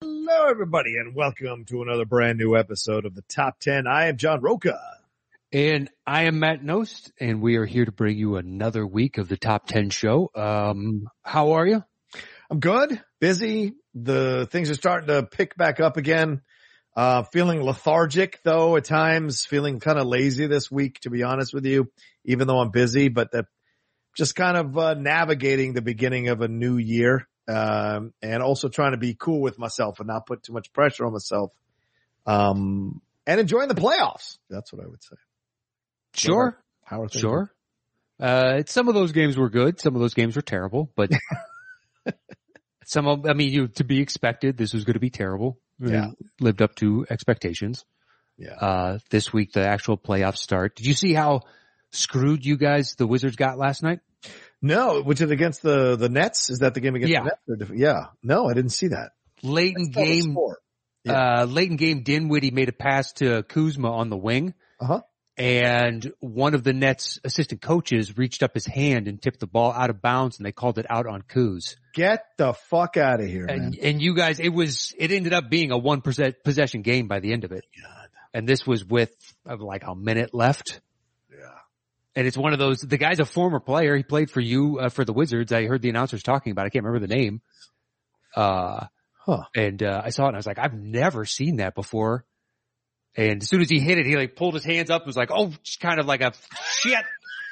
Hello, everybody, and welcome to another brand new episode of the Top 10. I am John Roca. And I am Matt Nost, and we are here to bring you another week of the Top 10 show. Um, how are you? I'm good, busy. The things are starting to pick back up again. Uh, feeling lethargic though at times, feeling kind of lazy this week, to be honest with you, even though I'm busy, but that just kind of uh, navigating the beginning of a new year. Um, and also trying to be cool with myself and not put too much pressure on myself. Um, and enjoying the playoffs. That's what I would say. Sure. How are things? Sure. Uh, some of those games were good. Some of those games were terrible, but some of, I mean, you, to be expected, this was going to be terrible. Yeah. Lived up to expectations. Yeah. Uh, this week, the actual playoffs start. Did you see how screwed you guys, the Wizards got last night? No, which is against the the Nets. Is that the game against Yeah. the Nets? Or diff- yeah. No, I didn't see that. Late in That's game, uh, late in game, Dinwiddie made a pass to Kuzma on the wing. Uh-huh. And one of the Nets assistant coaches reached up his hand and tipped the ball out of bounds and they called it out on Kuz. Get the fuck out of here, man. And, and you guys, it was, it ended up being a one percent possession game by the end of it. God. And this was with uh, like a minute left. Yeah. And it's one of those, the guy's a former player. He played for you, uh, for the Wizards. I heard the announcers talking about it. I can't remember the name. Uh, Huh. and uh, I saw it and I was like, I've never seen that before. And as soon as he hit it, he like pulled his hands up and was like, oh, just kind of like a shit.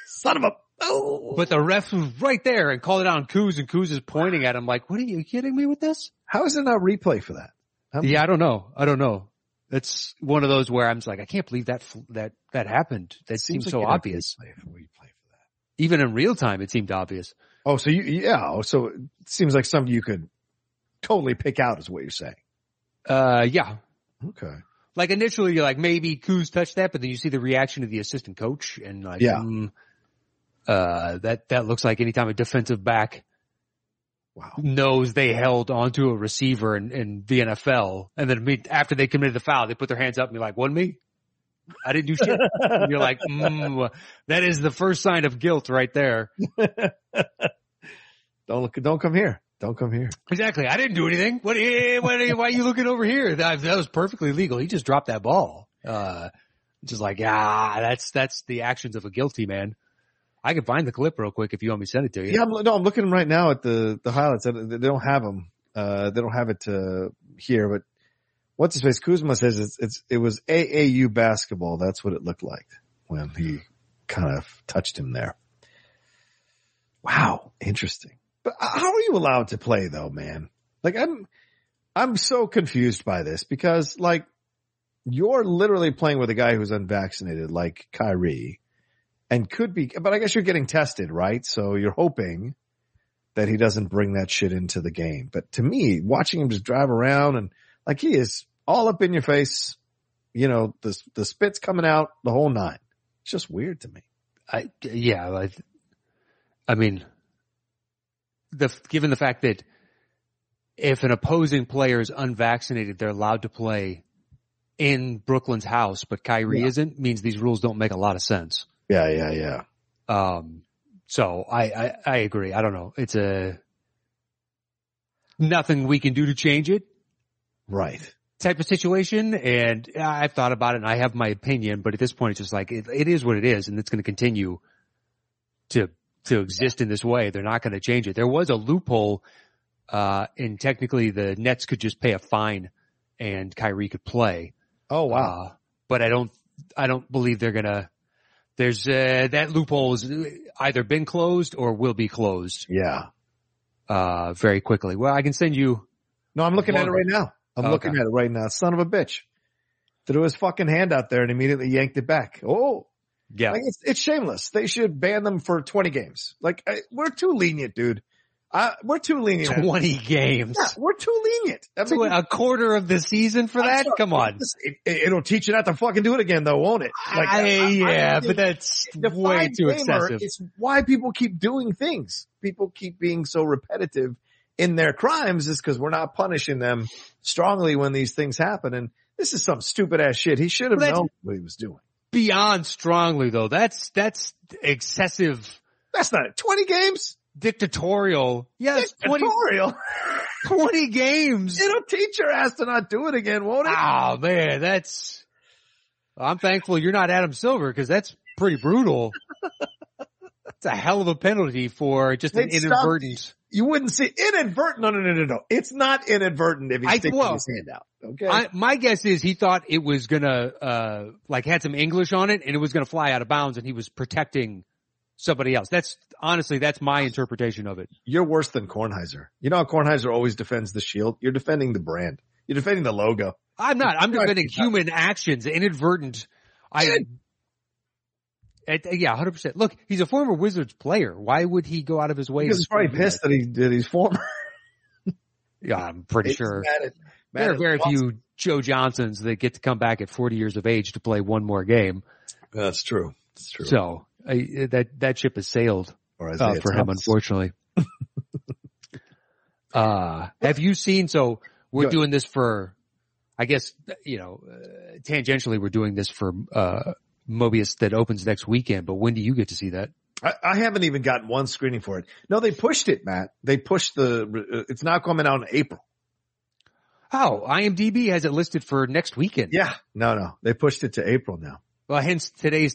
Son of a. Oh. But the ref was right there and called it out on Kuz and Kuz is pointing at him like, what are you kidding me with this? how is there not replay for that? I'm- Yeah, I don't know. I don't know. That's one of those where I'm just like, I can't believe that, fl- that, that happened. That seems, like so you don't obvious. replay for- replay for that. Even in real time, it seemed obvious. Oh, so you yeah. oh, So it seems like something you could totally pick out is what you're saying. Uh, yeah. Okay. Like initially you're like, maybe Kuz touched that, but then you see the reaction of the assistant coach and like, Yeah. mm, uh, that, that looks like anytime a defensive back Wow. knows they held onto a receiver in, in the NFL. And then imme- after they committed the foul, they put their hands up and be like, one me? I didn't do shit. and you're like, mm, that is the first sign of guilt right there. Don't look. Don't come here. Don't come here. Exactly. I didn't do anything. What, eh, what, eh, why are you looking over here? That, that was perfectly legal. He just dropped that ball. Uh, just like, ah, that's, that's the actions of a guilty man. I can find the clip real quick if you want me to send it to you. Yeah, I'm, no, I'm looking right now at the the highlights. They don't they don't have them. Uh, they don't have it uh, here. But what's his face? Kuzma says it's, it's it was AAU basketball. That's what it looked like when he kind of touched him there. Wow, interesting. But uh, how are you allowed to play though, man? Like I'm, I'm so confused by this because like you're literally playing with a guy who's unvaccinated, like Kyrie and could be, but I guess you're getting tested, right? So you're hoping that he doesn't bring that shit into the game. But to me, watching him just drive around and like he is all up in your face, you know, the, the spit's coming out, the whole nine. It's just weird to me. I yeah, I, I mean, the given the fact that if an opposing player is unvaccinated, they're allowed to play in Brooklyn's house, but Kyrie Yeah. isn't means these rules don't make a lot of sense. Yeah. Yeah. Yeah. Um, so I, I I agree. I don't know. It's a nothing we can do to change it Right. type of situation. And I've thought about it and I have my opinion, but at this point, it's just like, it, it is what it is and it's going to continue to, to exist in this way. They're not going to change it. There was a loophole, uh, and technically the Nets could just pay a fine and Kyrie could play. Oh, wow. Uh, but I don't, I don't believe they're going to, there's, uh, that loophole has either been closed or will be closed, yeah. uh, very quickly. Well, I can send you, No, I'm looking at it Longer. right now. I'm Okay. looking at it right now. Son of a bitch. Threw his fucking hand out there and immediately yanked it back. Oh, Yeah. Like it's, it's shameless. They should ban them for 20 games. Like I, we're too lenient, dude. I, we're too lenient. 20 games. Yeah, we're too lenient. I So mean, what, a quarter of the season for that? Come on. It, it'll teach you not to fucking do it again though, won't it? I- I- I- yeah, I- but that's the way fine too gamer excessive. It's why people keep doing things. People keep being so repetitive in their crimes is because we're not punishing them strongly when these things happen. And this is some stupid ass shit. He should have Well, that's- known what he was doing. Beyond strongly though. That's, that's excessive That's not it. 20 games? dictatorial. Yeah, it's 20, Tutorial. 20 games. It'll teach your ass to not do it again, won't it? Oh man, that's, I'm thankful you're not Adam Silver because that's pretty brutal. It's a hell of a penalty for just an They'd stop- inadvertent. You wouldn't see inadvertent. No, no, no, no, no. It's not inadvertent if he I- sticks well, his hand out. Okay. I, my guess is he thought it was gonna, uh, like had some English on it and it was gonna fly out of bounds and he was protecting somebody else. That's honestly, that's my interpretation of it. You're worse than Kornheiser. You know how Kornheiser always defends the shield? You're defending the brand. You're defending the logo. I'm not, I'm Right. defending human actions, inadvertent. I, it, yeah, 100%. Look, he's a former Wizards player. Why would he go out of his way? He was and- probably pissed that he did his former. Yeah, I'm pretty sure. He's mad at- mad There are at very Watson. few Joe Johnsons that get to come back at 40 years of age to play one more game. That's true. That's true. So I, eh, that that ship has sailed Or uh, Isaiah for him, Thomas. unfortunately. uh, have you seen? So we're Good. doing this for, I guess you know, uh, tangentially we're doing this for uh, Mobius that opens next weekend. But when do you get to see that? I, I haven't even gotten one screening for it. No, they pushed it, Matt. They pushed the, uh, it's not coming out in April. Oh, IMDb has it listed for next weekend. Yeah. No, no. They pushed it to April now. Well, hence today's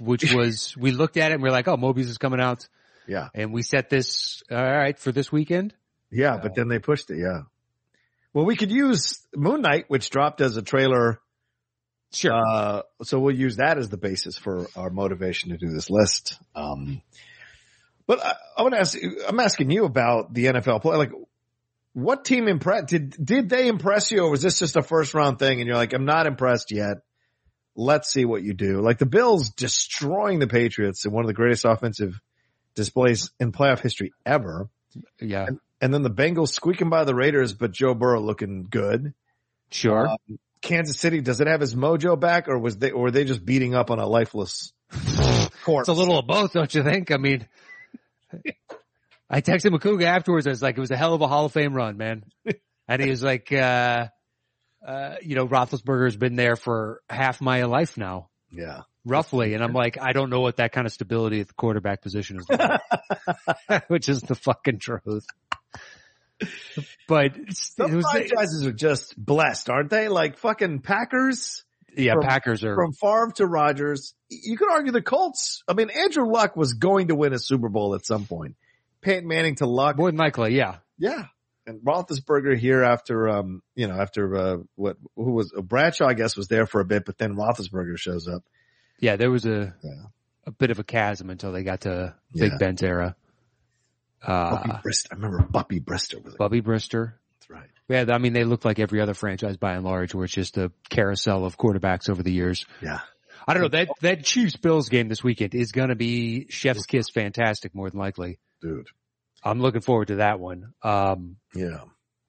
which was we looked at it and we're like, oh, Mobius is coming out. Yeah. And we set this, all right, for this weekend. Yeah, Uh, but then they pushed it. Yeah. Well, we could use Moon Knight, which dropped as a trailer. Sure. Uh, so we'll use that as the basis for our motivation to do this list. Um, but I, I want to ask, you- I'm asking you about the NFL play. Like, what team impressed? Did did they impress you, or was this just a first round thing? And you're like, I'm not impressed yet. Let's see what you do. Like the Bills destroying the Patriots in one of the greatest offensive displays in playoff history ever. yeah. And then the Bengals squeaking by the Raiders, but Joe Burrow looking good. Sure. uh, Kansas City, does it have his mojo back or was they, or were they just beating up on a lifeless corpse? it's a little of both, don't you think? I mean, I texted McCouga afterwards. I was like, it was a hell of a Hall of Fame run, man. And he was like, uh, uh, you know, Roethlisberger's been there for half my life now, yeah. roughly. And I'm like, I don't know what that kind of stability at the quarterback position is like, which is the fucking truth. But it's- it Some was, franchises are just blessed, aren't they? Like fucking Packers yeah, from- Packers are from Favre to Rodgers. You could argue the Colts. I mean, Andrew Luck was going to win a Super Bowl at some point. Peyton Manning to Luck. more than likely. Yeah. Yeah. And Roethlisberger here after, um, you know, after, uh, what, who was, Bradshaw, I guess was there for a bit, but then Roethlisberger shows up. Yeah, there was a Yeah. a bit of a chasm until they got to Yeah. Big Ben's era. Buffy Uh, Brister. I remember Buffy Brister was like, Bubby Brister. that's right. Yeah, I mean, they look like every other franchise by and large, where it's just a carousel of quarterbacks over the years. Yeah. I don't know that that Chiefs Bills game this weekend is going to be Chef's Kiss, fantastic, more than likely. Dude. I'm looking forward to that one. Um, Yeah.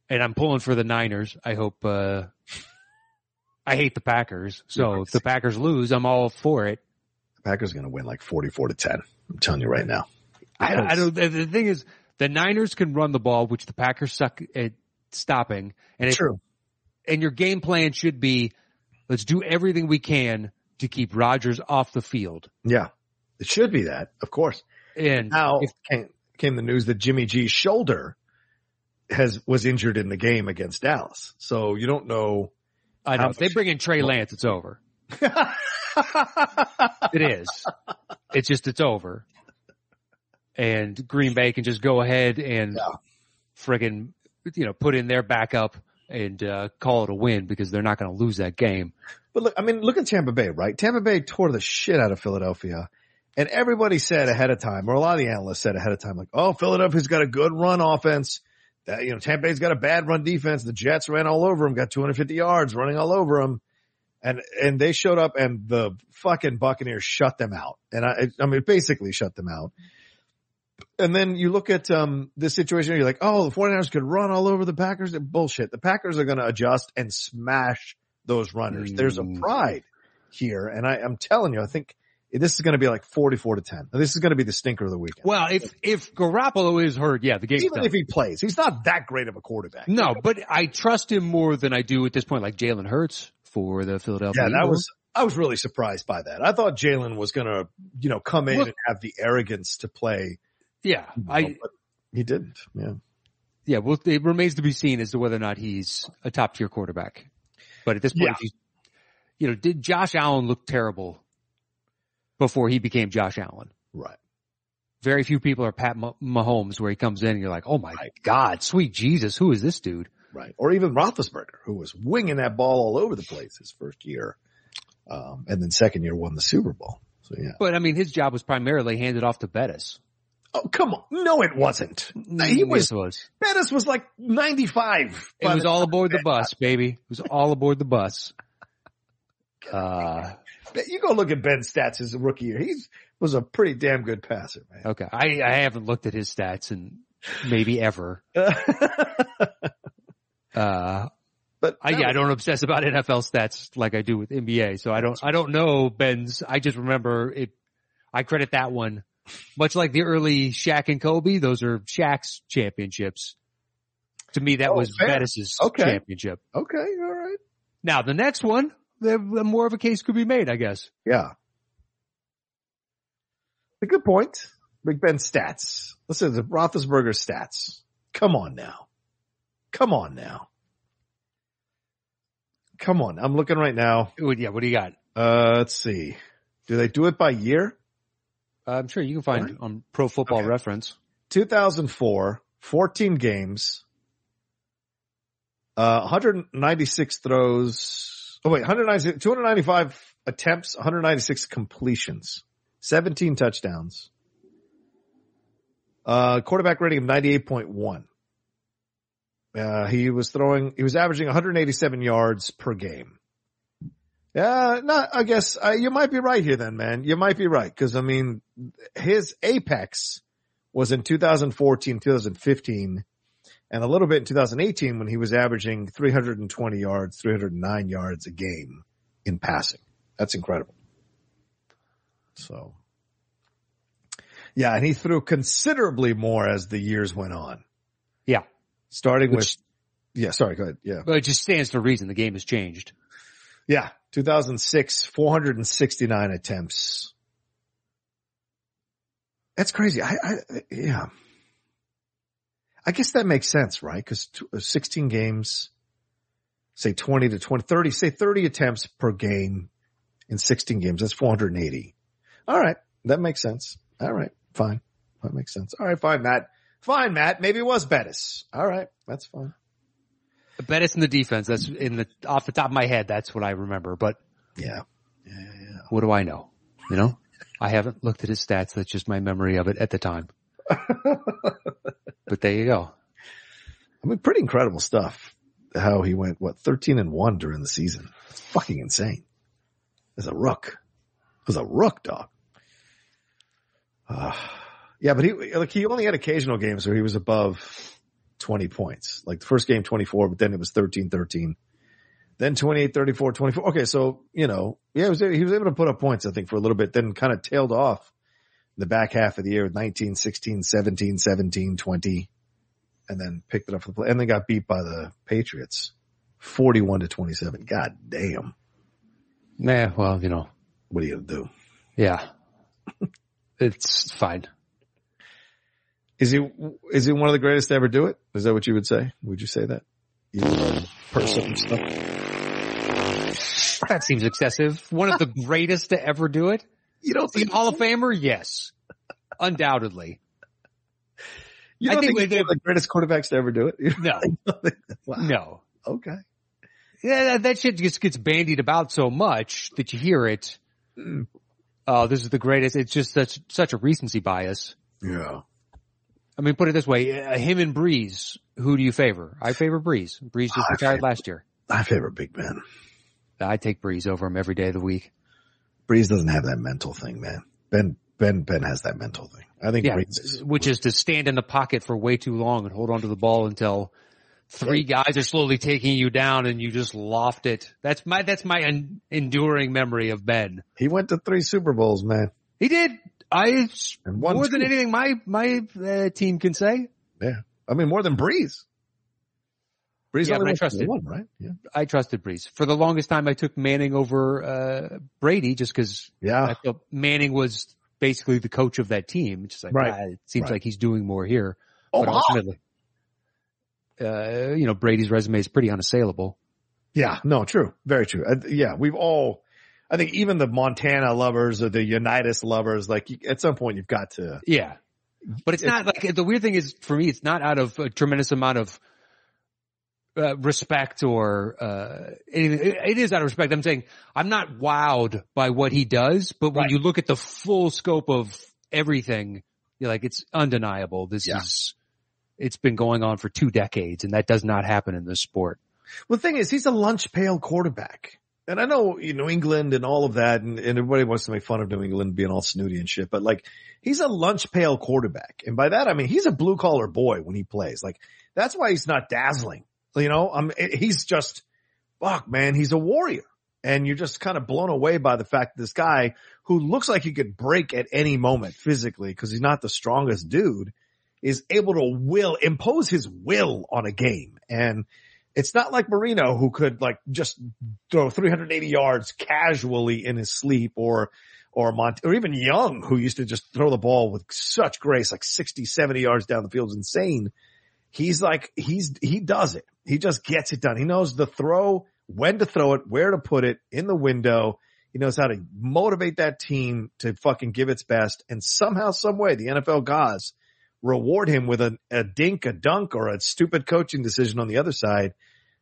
and I'm pulling for the Niners. I hope. Uh, I hate the Packers, so if the Packers lose, I'm all for it. The Packers are going to win like 44 to 10. I'm telling you right now. I, I don't. The, the thing is, the Niners can run the ball, which the Packers suck at stopping, and if, True. and your game plan should be, let's do everything we can to keep Rodgers off the field. Yeah. It should be that, of course. And Now If- came, came the news that Jimmy G's shoulder has, was injured in the game against Dallas. So you don't know. I know if they Ouch. bring in Trey Lance, it's over. It is. it's just it's over. And Green Bay can just go ahead and Yeah. friggin' you know put in their backup and uh, call it a win because they're not going to lose that game. But look, I mean, look at Tampa Bay, right? Tampa Bay tore the shit out of Philadelphia. And everybody said ahead of time, or a lot of the analysts said ahead of time, like, oh, Philadelphia's got a good run offense. That, you know, Tampa Bay's got a bad run defense. The Jets ran all over him, got 250 yards running all over him. and and they showed up and the fucking Buccaneers shut them out. And I I mean basically shut them out. And then you look at um this situation, you're like, oh, the 49ers could run all over the Packers. Bullshit. The Packers are gonna adjust and smash those runners. There's a Mm. pride here. And I, I'm telling you, I think this is gonna be like 44 to 10. This is gonna be the stinker of the weekend. Well, if if Garoppolo is hurt, yeah, the game's Even done. if he plays, he's not that great of a quarterback. no, but I trust him more than I do at this point, like Jalen Hurts for the Philadelphia. Yeah, that Eagles. was I was really surprised by that. I thought Jalen was gonna, you know, come in Look- and have the arrogance to play. yeah. I but he didn't. Yeah. yeah. Well, it remains to be seen as to whether or not he's a top tier quarterback. But at this point, Yeah. if he's, you know, did Josh Allen look terrible before he became Josh Allen? Right. Very few people are Pat Mah- Mahomes, where he comes in and you're like, oh my Right. God, sweet Jesus, who is this dude? Right. Or even Roethlisberger, who was winging that ball all over the place his first year, um, and then second year won the Super Bowl. So yeah. But I mean, his job was primarily handed off to Bettis. Oh come on! No, it wasn't. He Yes, was it was. Bettis was like ninety five. It was all aboard the bus, baby. It was all aboard the bus. Uh, You go look at Ben's stats as a rookie year. He was a pretty damn good passer, man. Uh, okay. I, I haven't looked at his stats in maybe ever. Uh, but I, yeah, I don't obsess about NFL stats like I do with NBA. So I don't, I don't know Ben's. I just remember it. I credit that one much like the early Shaq and Kobe. Those are Shaq's championships. To me, that Oh, was fair. Bettis's Okay. championship. Okay, all right. Now the next one, the, the more of a case could be made, I guess. Yeah. A good point. Big Ben stats. Listen to Roethlisberger stats. Come on now. Come on now. Come on. I'm looking right now. Ooh, Yeah. What do you got? Uh, let's see. Do they do it by year? I'm sure you can find Alright. on Pro Football Okay. Reference. 2004, 14 games, uh, 196 throws. Oh wait, 196, 295 attempts, 196 completions, 17 touchdowns. Uh, quarterback rating of 98.1. Uh, he was throwing, he was averaging 187 yards per game. Yeah, no, I guess uh, you might be right here then, man. You might be right. Cause I mean, his apex, was in 2014, 2015, and a little bit in 2018 when he was averaging 320 yards, 309 yards a game in passing. That's incredible. So, yeah, and he threw considerably more as the years went on. Yeah. Starting Which, with, yeah, sorry, go ahead. Yeah. well, it just stands to reason the game has changed. Yeah. 2006, 469 attempts. That's crazy. I, I, yeah. I guess that makes sense, right? Cause t- uh, 16 games, say 20 to 20, 30, say 30 attempts per game in 16 games. That's 480. All right. That makes sense. All right. Fine. That makes sense. All right. Fine, Matt. Fine, Matt. Maybe it was Bettis. All right. That's fine. Bettis in the defense. That's in the off the top of my head. That's what I remember. But Yeah. Yeah. yeah, yeah. what do I know? You know, I haven't looked at his stats. That's just my memory of it at the time. but there you go. I mean, pretty incredible stuff. How he went what thirteen and one during the season. It's fucking insane. As a rook, as a rook dog. Uh, yeah, but he like he only had occasional games where he was above twenty points. Like the first game twenty four, but then it was 13-13. Then 28, 34, 24. Okay. So, you know, yeah, he was, he was able to put up points, I think, for a little bit, then kind of tailed off the back half of the year with 19, 16, 17, 17, 20 and then picked it up for the play, and they got beat by the Patriots, forty-one to twenty-seven. God damn, Nah, well, you know, what are you gonna do? yeah, it's fine. Is he is he one of the greatest to ever do it? Is that what you would say? Would you say that? You uh, person stuff. That seems excessive. One of the greatest to ever do it. You don't The think? Hall of Famer, yes, undoubtedly. You I don't think think, he's we- one of the greatest quarterbacks to ever do it? No, Wow. no. Okay. Yeah, that, that shit just gets bandied about so much that you hear it. Oh, this is the greatest. It's just such such a recency bias. Yeah. I mean, put it this way: uh, him and Breeze. Who do you favor? I favor Breeze. Breeze just I retired favor- last year. My favorite big man. I take Breeze over him every day of the week. Breeze doesn't have that mental thing, man. Ben Ben Ben has that mental thing. I think Yeah, Breeze is- which is to stand in the pocket for way too long and hold onto the ball until three guys are slowly taking you down and you just loft it. That's my that's my en- enduring memory of Ben. he went to three Super Bowls, man. He did. I And one more than two. anything my my uh, team can say. I mean more than Breeze. Breeze Yeah, only but I went to trust it. one, right? Yeah. I trusted Breeze for the longest time. I took Manning over uh, Brady just because I Yeah. felt Manning was basically the coach of that team. It's just like Right. ah, it seems Right. like he's doing more here, Oh, but ultimately, uh, you know Brady's resume is pretty unassailable. Yeah, no, true. Very true. I, yeah, we've all, I think even the Montana lovers or the Unitas lovers, like you, at some point you've got to, Yeah. But it's not like the weird thing is for me, it's not out of a tremendous amount of uh, respect or uh, anything. It- it is out of respect. I'm saying I'm not wowed by what he does, but when Right. you look at the full scope of everything, you're like, it's undeniable. This Yeah. is, it's been going on for two decades and that does not happen in this sport. well, the thing is he's a lunch pail quarterback. And I know, you know, England and all of that and, and everybody wants to make fun of New England being all snooty and shit, but like he's a lunch pail quarterback. And by that, I mean, he's a blue collar boy when he plays. Like that's why he's not dazzling. You know, I'm, eh, he's just, fuck man, he's a warrior. And you're just kind of blown away by the fact that this guy who looks like he could break at any moment physically because he's not the strongest dude is able to will impose his will on a game. And it's not like Marino who could like just throw 380 yards casually in his sleep or, or Mont, or even Young who used to just throw the ball with such grace, like 60, 70 yards down the field is insane. He's like, he's, he does it. He just gets it done. He knows the throw, when to throw it, where to put it in the window. He knows how to motivate that team to fucking give its best. And somehow, some way, the NFL gods reward him with a, a dink, a dunk, or a stupid coaching decision on the other side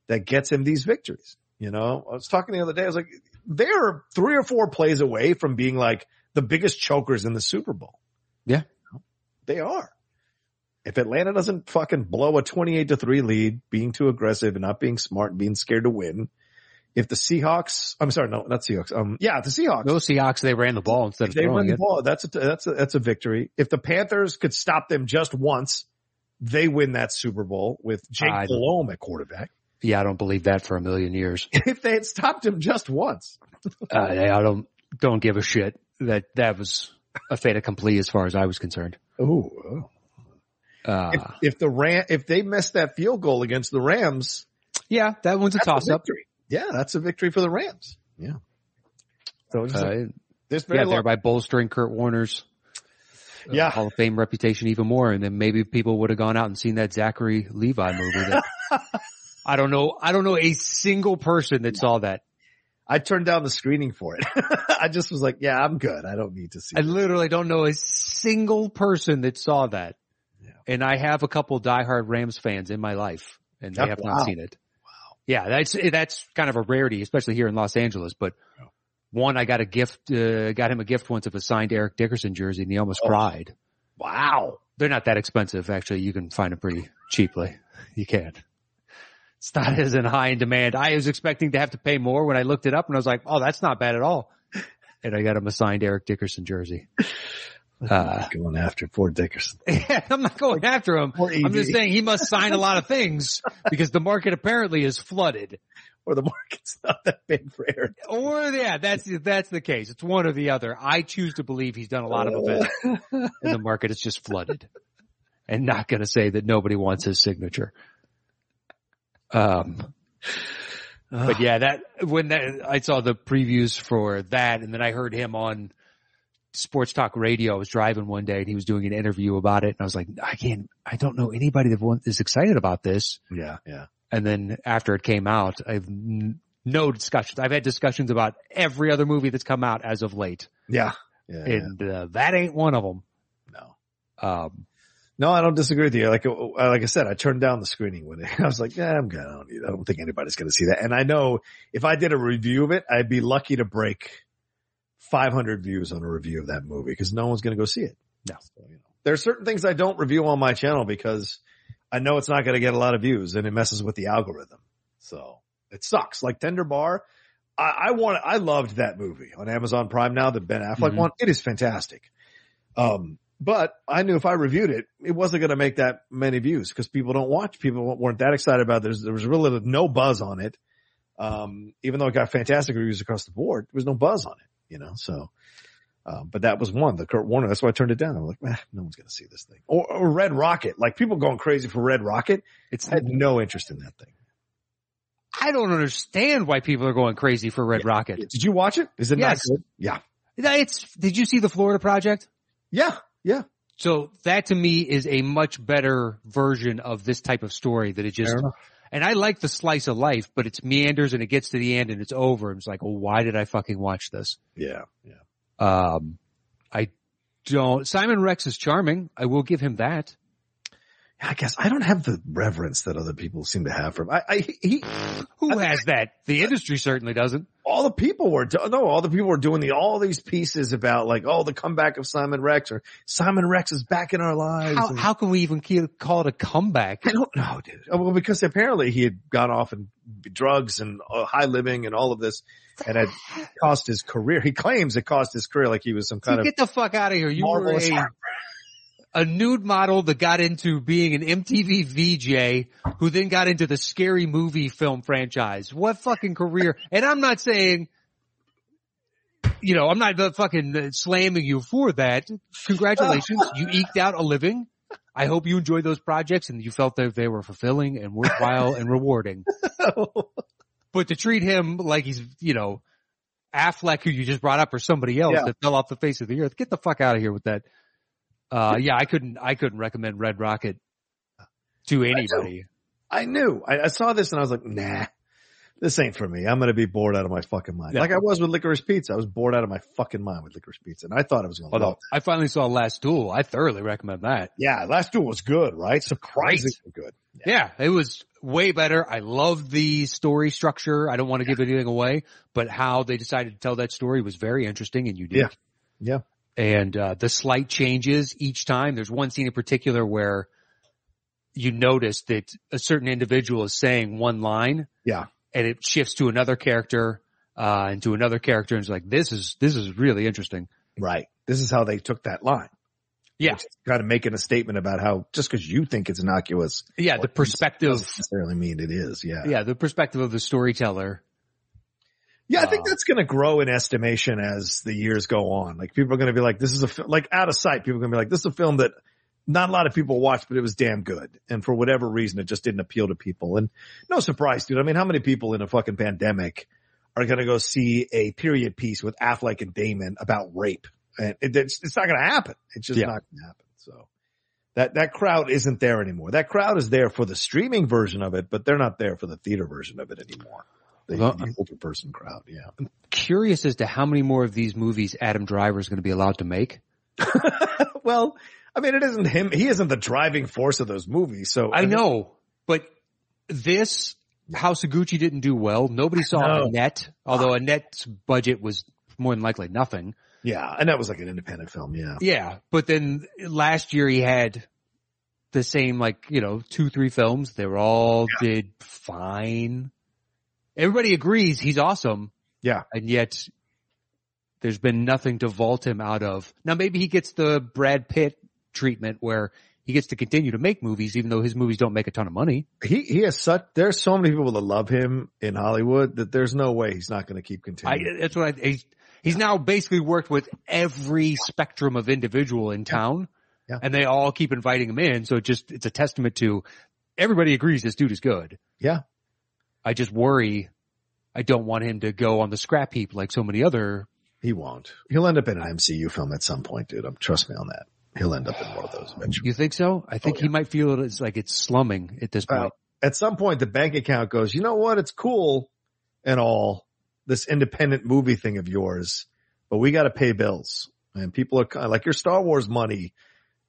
that gets him these victories. You know, I was talking the other day. I was like, they're three or four plays away from being like the biggest chokers in the Super Bowl. Yeah. They are. If Atlanta doesn't fucking blow a 28 to three lead, being too aggressive and not being smart and being scared to win. If the Seahawks, I'm sorry, no, not Seahawks. Um, yeah, the Seahawks. Those Seahawks, they ran the ball instead of If they throwing win the it. ball, that's a, that's a, that's a victory. If the Panthers could stop them just once, they win that Super Bowl with Jake I- Delhomme at quarterback. Yeah. I don't believe that for a million years. If they had stopped him just once, uh, I don't, don't give a shit that that was a fait accompli as far as I was concerned. oh, Uh, if, if the Ram, if they missed that field goal against the Rams, Yeah, that one's a that's toss a up. victory. Yeah, that's a victory for the Rams. Yeah. So it's just Uh, like, there's very yeah, long- thereby bolstering Kurt Warner's uh, Yeah. Hall of Fame reputation even more, and then maybe people would have gone out and seen that Zachary Levi movie. That, I don't know. I don't know a single person that saw that. I turned down the screening for it. I just was like, yeah, I'm good. I don't need to see. I it. literally don't know a single person that saw that. Yeah. And I have a couple diehard Rams fans in my life, and they Oh, have wow. not seen it. Wow. Yeah, that's that's kind of a rarity, especially here in Los Angeles. But Yeah. one, I got a gift, uh, got him a gift once of a signed Eric Dickerson jersey, and he almost Oh. cried. Wow. They're not that expensive, actually. You can find them pretty cheaply. You can. It's not as in high in demand. I was expecting to have to pay more when I looked it up, and I was like, "Oh, that's not bad at all." And I got him a signed Eric Dickerson jersey. Uh, Going after poor Dickerson. I'm not going after him. Or I'm ED. just saying he must sign a lot of things because the market apparently is flooded. or the market's not that big for Aaron. Or yeah, that's that's the case. It's one or the other. I choose to believe he's done a lot of events and the market is just flooded. And not going to say that nobody wants his signature. Um, but yeah, that when that I saw the previews for that, and then I heard him on sports talk radio. I was driving one day, and he was doing an interview about it, and I was like, I can't, I don't know anybody that want- is excited about this. Yeah, yeah. And then after it came out, I've n- no discussions. I've had discussions about every other movie that's come out as of late, Yeah. Yeah. and uh, that ain't one of them. No. Um, No, I don't disagree with you. Like, uh, like I said, I turned down the screening when it. I was like, yeah, I'm good. I don't, need, I don't think anybody's going to see that. And I know if I did a review of it, I'd be lucky to break 500 views on a review of that movie because no one's going to go see it. No. So, you know. There are certain things I don't review on my channel because I know it's not going to get a lot of views and it messes with the algorithm. So it sucks. Like Tender Bar, I, I want, I loved that movie on Amazon Prime now, the Ben Affleck Mhm. one. It is fantastic. Um, but I knew if I reviewed it, it wasn't going to make that many views because people don't watch. People weren't that excited about it. There's, there was really no buzz on it. Um, even though it got fantastic reviews across the board, there was no buzz on it, you know, so. Um, but that was one, the Kurt Warner. That's why I turned it down. I'm like, man, no one's going to see this thing. Or, or Red Rocket. Like people going crazy for Red Rocket. It's I had no interest in that thing. I don't understand why people are going crazy for Red Rocket. Did you watch it? Is it Yes. not good? Yeah. It's did you see the Florida Project? Yeah. Yeah. So that to me is a much better version of this type of story that it just, Fair enough. and I like the slice of life, but it's meanders and it gets to the end and it's over. And it's like, well, why did I fucking watch this? Yeah. Yeah. Um, I don't, Simon Rex is charming. I will give him that. I guess I don't have the reverence that other people seem to have for him. I, I he, Who has that? The industry certainly doesn't. all the people were, do- no, all the people were doing the, all these pieces about like, oh, the comeback of Simon Rex or Simon Rex is back in our lives. How, and- how can we even ke- call it a comeback? I don't know, dude. Oh, Well, because apparently he had gone off and drugs and uh, high living and all of this and it cost his career. He claims it cost his career like he was some kind of Get the fuck out of here. You were marvelous a, a nude model that got into being an MTV VJ who then got into the scary movie film franchise. What fucking career? And I'm not saying, you know, I'm not the fucking uh, slamming you for that. Congratulations. you eked out a living. I hope you enjoyed those projects and you felt that they were fulfilling and worthwhile and rewarding. But to treat him like he's, you know, Affleck, who you just brought up, or somebody else Yeah. that fell off the face of the earth, get the fuck out of here with that. Uh, yeah, I couldn't, I couldn't recommend Red Rocket to anybody. I knew. I, I saw this and I was like, nah, this ain't for me. I'm going to be bored out of my fucking mind. Yeah. Like I was with Licorice Pizza. I was bored out of my fucking mind with Licorice Pizza. And I thought it was going to Although I finally saw Last Duel, I thoroughly recommend that. Yeah, Last Duel was good, right? Surprisingly good. Yeah, it was way better. I love the story structure. I don't want to give anything away, but how they decided to tell that story was very interesting and unique. Yeah. And uh, the slight changes each time. There's one scene in particular where you notice that a certain individual is saying one line. Yeah. And it shifts to another character uh, and to another character, and it's like this is this is really interesting. Right. This is how they took that line. Yeah. Kind of making a statement about how just because you think it's innocuous Yeah, the Well, perspective. doesn't necessarily mean it is. Yeah. Yeah, the perspective of the storyteller. Yeah, I think Uh, that's going to grow in estimation as the years go on. Like people are going to be like, this is a, fi- like out of sight, people are going to be like, this is a film that not a lot of people watched, but it was damn good. And for whatever reason, it just didn't appeal to people. And no surprise, dude. I mean, how many people in a fucking pandemic are going to go see a period piece with Affleck and Damon about rape? And it, it's, it's not going to happen. It's just Yeah. not going to happen. So that, that crowd isn't there anymore. That crowd is there for the streaming version of it, but they're not there for the theater version of it anymore. The, Well, the older person crowd. Yeah. Curious as to how many more of these movies Adam Driver is going to be allowed to make. well, I mean, it isn't him. He isn't the driving force of those movies. So I know, but this House of Gucci didn't do well. Nobody saw No. Annette, although Annette's budget was more than likely nothing. Yeah, and that was like an independent film. Yeah, Yeah, but then last year he had the same like, you know, two, three films. They were all did fine. Everybody agrees he's awesome. Yeah. And yet there's been nothing to vault him out of. Now maybe he gets the Brad Pitt treatment where he gets to continue to make movies even though his movies don't make a ton of money. he he has such. There's so many people that love him in Hollywood that there's no way he's not going to keep I, continuing. that's what I, he's, he's now basically worked with every spectrum of individual in town Yeah. and they all keep inviting him in. So it just, it's a testament to everybody agrees this dude is good. Yeah. I just worry. I don't want him to go on the scrap heap like so many other. he won't. He'll end up in an MCU film at some point, dude. Um, trust me on that. He'll end up in one of those eventually. You think so? I think Oh, he might feel it as like it's slumming at this Well, point. At some point, the bank account goes. You know what? It's cool and all this independent movie thing of yours, but we got to pay bills. And people are kind of like your Star Wars money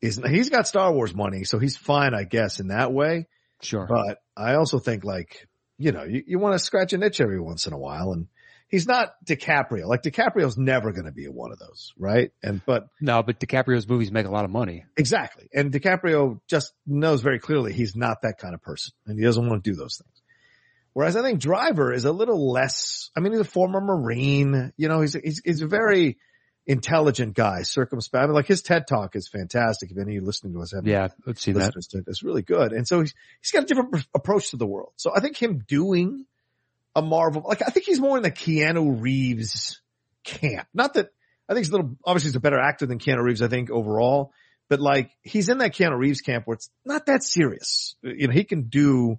is. He's got Star Wars money, so he's fine, I guess, in that way. Sure. But I also think like, you know, you, you want to scratch an itch every once in a while and he's not DiCaprio. Like DiCaprio's never going to be one of those. Right. And, but no, but DiCaprio's movies make a lot of money. exactly. And DiCaprio just knows very clearly he's not that kind of person and he doesn't want to do those things. Whereas I think Driver is a little less. I mean, he's a former Marine. You know, he's he's, he's a very intelligent guy, circumspect. I mean, like his TED talk is fantastic. If any of you listening to us have Yeah, I've seen that. listeners to it, it's really good. And so he's he's got a different pr- approach to the world. So I think him doing a Marvel, like I think he's more in the Keanu Reeves camp. Not that I think he's a little obviously he's a better actor than Keanu Reeves. I think overall, but like he's in that Keanu Reeves camp where it's not that serious. You know, he can do.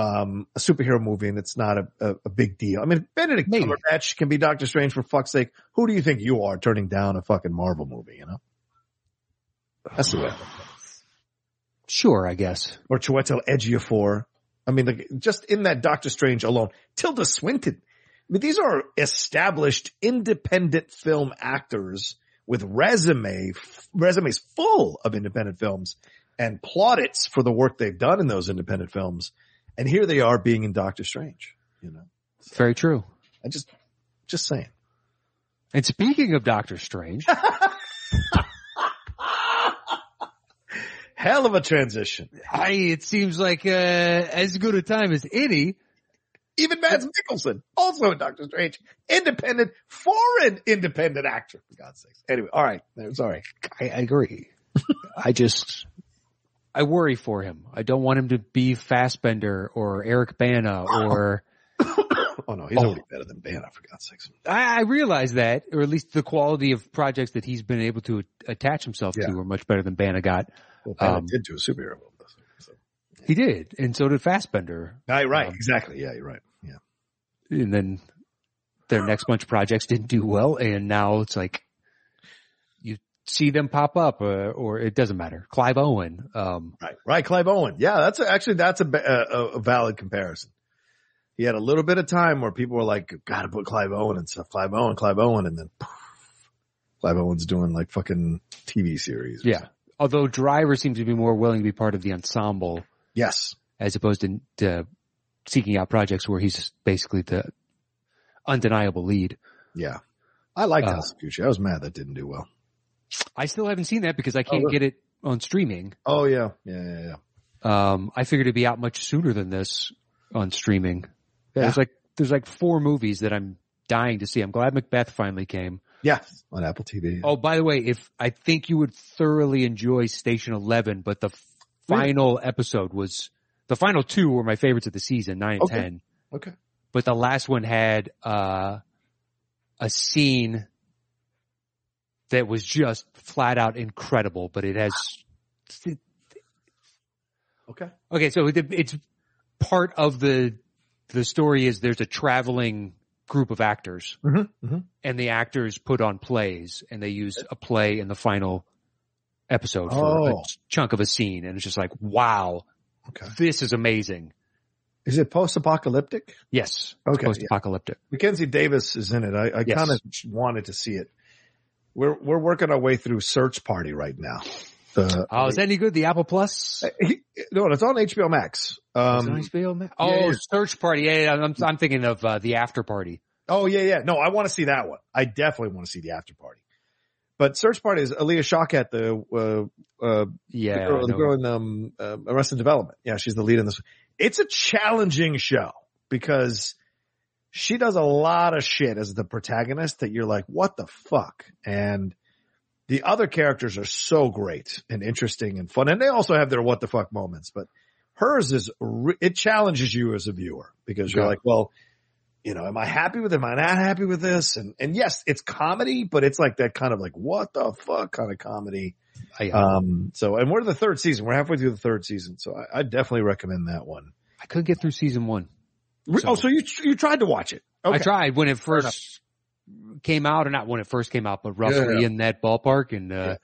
Um, a superhero movie and it's not a, a, a big deal. I mean, if Benedict Maybe. Cumberbatch can be Doctor Strange for fuck's sake. Who do you think you are turning down a fucking Marvel movie? You know, that's the way. I look at it Sure, I guess. or Chiwetel Ejiofor. I mean, like, just in that Doctor Strange alone, Tilda Swinton. I mean, these are established independent film actors with resume, resumes full of independent films and plaudits for the work they've done in those independent films. And here they are being in Doctor Strange, you know, Very true. I just, just saying. And speaking of Doctor Strange, Hell of a transition. I, it seems like uh, as good a time as any. Even Mads Mikkelsen, also in Doctor Strange, independent, foreign independent actor, for God's sakes. Anyway, all right. Sorry. I, I agree. I just, I worry for him. I don't want him to be Fassbender or Eric Bana or Oh no, he's Oh. already better than Bana for God's sakes. I, I realize that, or at least the quality of projects that he's been able to attach himself Yeah. to are much better than Bana got. Well, Bana Um, did do a superhero film. So. He did, and so did Fassbender. right, Um, exactly. Yeah, you're right. Yeah, And then their next bunch of projects didn't do well, and now it's like you see them pop up, uh, or it doesn't matter. Clive Owen, um, right, right. Clive Owen. Yeah, that's a, actually that's a, ba- a, a valid comparison. He had a little bit of time where people were like, "Got to put Clive Owen and stuff." Clive Owen, Clive Owen, and then poof, Clive Owen's doing like fucking TV series. or yeah. something. Although Driver seems to be more willing to be part of the ensemble Yes. as opposed to, to seeking out projects where he's basically the undeniable lead. Yeah. I liked Uh, House of Gucci. I was mad that didn't do well. I still haven't seen that because I can't really? get it on streaming. Oh yeah, yeah, yeah, yeah. Um, I figured it'd be out much sooner than this on streaming. There's like there's like four movies that I'm dying to see. I'm glad Macbeth finally came. Yeah, on Apple TV. Oh, by the way, if I think you would thoroughly enjoy Station Eleven, but the f- Really? final episode was the final two were my favorites of the season, nine and Okay. ten. Okay. But the last one had uh a scene that was just flat out incredible, but it has Okay. Okay, so it, it's part of the the story is there's a traveling group of actors, Mm-hmm. Mm-hmm. and the actors put on plays, and they use a play in the final episode for Oh. a ch- chunk of a scene, and it's just like, wow, Okay. this is amazing. Is it post-apocalyptic? Yes, Okay, yeah. post-apocalyptic. Mackenzie Davis is in it. I, I Yes. kind of wanted to see it. We're we're working our way through Search Party right now. The, Uh, Oh, is that any good? The Apple Plus. no, it's on HBO Max. Is it on Um, HBO Max? yeah, Oh, yeah. Search Party. Yeah, yeah, I'm, I'm thinking of uh, the After Party. oh yeah, yeah. No, I want to see that one. I definitely want to see the After Party. But Search Party is Aaliyah Shawkat, the uh, uh, Yeah, the girl, I the know. girl in um, uh, Arrested Development. Yeah, she's the lead in this. It's a challenging show because she does a lot of shit as the protagonist that you're like, what the fuck? And the other characters are so great and interesting and fun, and they also have their what the fuck moments. But hers is re- it challenges you as a viewer because you're Okay. like, well. You know, am I happy with it? Am I not happy with this? And and yes, it's comedy, but it's like that kind of like what the fuck kind of comedy. Oh, yeah. Um, so, and we're the third season. We're halfway through the third season. So I, I definitely recommend that one. I couldn't get through season one. Re- So- oh, so you, you tried to watch it. Okay. I tried when it first came out, or not when it first came out, but roughly Yeah. in that ballpark. And uh, Yeah.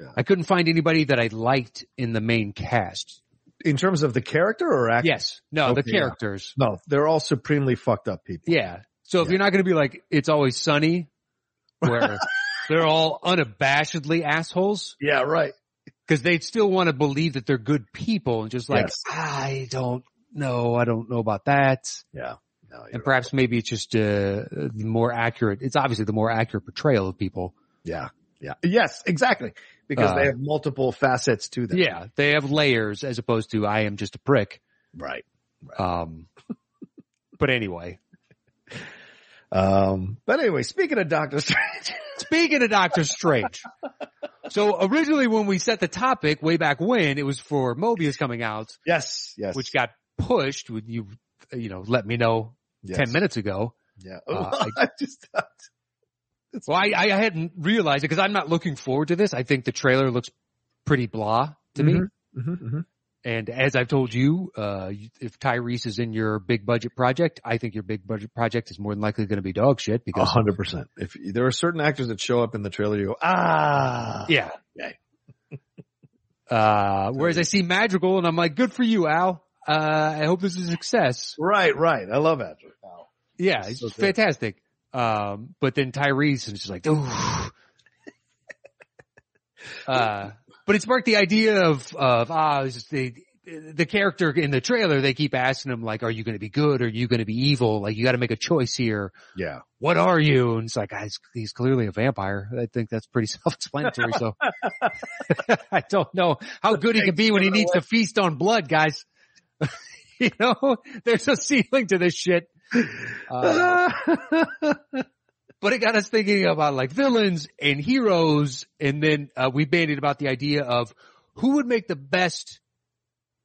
Yeah. I couldn't find anybody that I liked in the main cast. In terms of the character or act? Yes, no, Okay, the yeah. characters. No, they're all supremely fucked up people. Yeah. So if Yeah. you're not going to be like, it's always sunny, where they're all unabashedly assholes, Yeah, right. because they still want to believe that they're good people, and just like, Yes. I don't know, I don't know about that. No, you're And right. perhaps maybe it's just uh, the more accurate. It's obviously the more accurate portrayal of people. yeah, yeah. Yes, exactly. Because Uh, they have multiple facets to them. Yeah, they have layers as opposed to I am just a prick. Right. Um, But anyway, Um, but anyway, speaking of Doctor Strange, Speaking of Doctor Strange. So originally when we set the topic way back when, it was for Mobius coming out, yes, yes, which got pushed when you, you know, let me know yes, 10 minutes ago. Yeah, Oh, Uh, I just Well, I, I hadn't realized it because I'm not looking forward to this. I think the trailer looks pretty blah to me. Mhm, mhm, mhm. And as I've told you, uh, you- if Tyrese is in your big budget project, I think your big budget project is more than likely going to be dog shit A because hundred percent. If there are certain actors that show up in the trailer, you go ah, Yeah. Okay. uh, whereas I see Madrigal and I'm like, good for you, Al. Uh, I hope this is a success. right, right. I love that. Yeah, It's it's so good. fantastic. Um, but then Tyrese and it's just like, ooh. uh, but it sparked the idea of, of, ah, it's just the, the character in the trailer, they keep asking him like, are you going to be good? Or are you going to be evil? Like you got to make a choice here. Yeah, What are you? And it's like, ah, he's, he's clearly a vampire. I think that's pretty self-explanatory. So I don't know how good he can be when he needs to feast on blood, guys. you know, there's a ceiling to this shit. Uh, but it got us thinking about like villains and heroes. And then uh, we bandied about the idea of who would make the best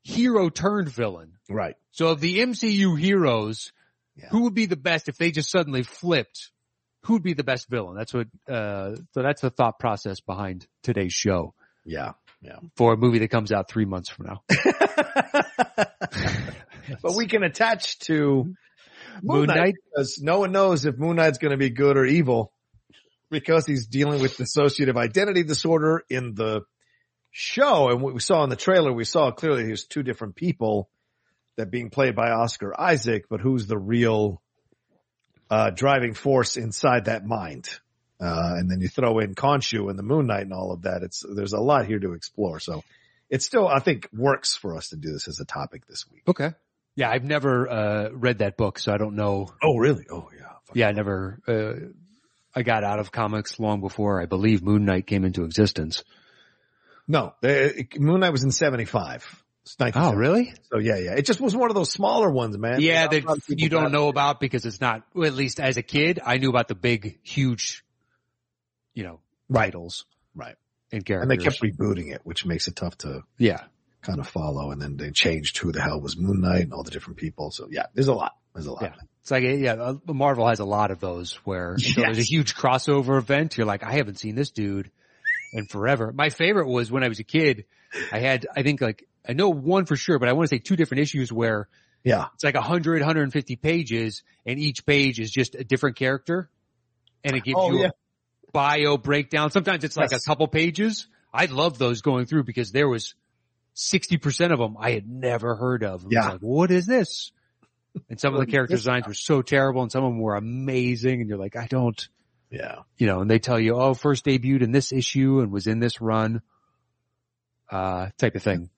hero turned villain. right. So of the MCU heroes, Yeah. who would be the best if they just suddenly flipped? Who would be the best villain? That's what, uh, so that's the thought process behind today's show Yeah, for a movie that comes out three months from now. but we can attach to Moon Knight. because no one knows if Moon Knight's going to be good or evil because he's dealing with dissociative identity disorder in the show. And what we saw in the trailer, we saw clearly he was two different people that being played by Oscar Isaac, but who's the real uh, driving force inside that mind? Uh, and then you throw in Khonshu and the Moon Knight and all of that. It's there's a lot here to explore. So it still, I think, works for us to do this as a topic this week. Okay. Yeah. I've never, uh, read that book. So I don't know. Oh, really? Oh, yeah. Yeah. I never, uh, I got out of comics long before I believe Moon Knight came into existence. No, they, Moon Knight was in '75. It's 1970. Oh, really? So yeah, yeah. It just was one of those smaller ones, man. Yeah, Not a lot that of people you don't got know about because it's not. Well, at least as a kid, I knew about the big, huge, you know, Right. titles, Right. and it. characters. and they kept rebooting it, which makes it tough to yeah, kind of follow. And then they changed who the hell was Moon Knight and all the different people. So yeah, there's a lot. There's a lot. Yeah. it's like yeah, uh, Marvel has a lot of those where so there's a Yes. huge crossover event. You're like, I haven't seen this dude in forever. My favorite was when I was a kid. I had, I think, like I know one for sure, but I want to say two different issues where Yeah. it's like 100, 150 pages, and each page is just a different character, and it gives Oh, you yeah. a bio breakdown. Sometimes it's like Yes. a couple pages. I love those going through because there was 60% of them I had never heard of. It was Yeah. like, what is this? And some of the What is character this designs were so terrible and some of them were amazing and you're like, I don't, Yeah. you know, and they tell you, oh, first debuted in this issue and was in this run, uh, type of thing.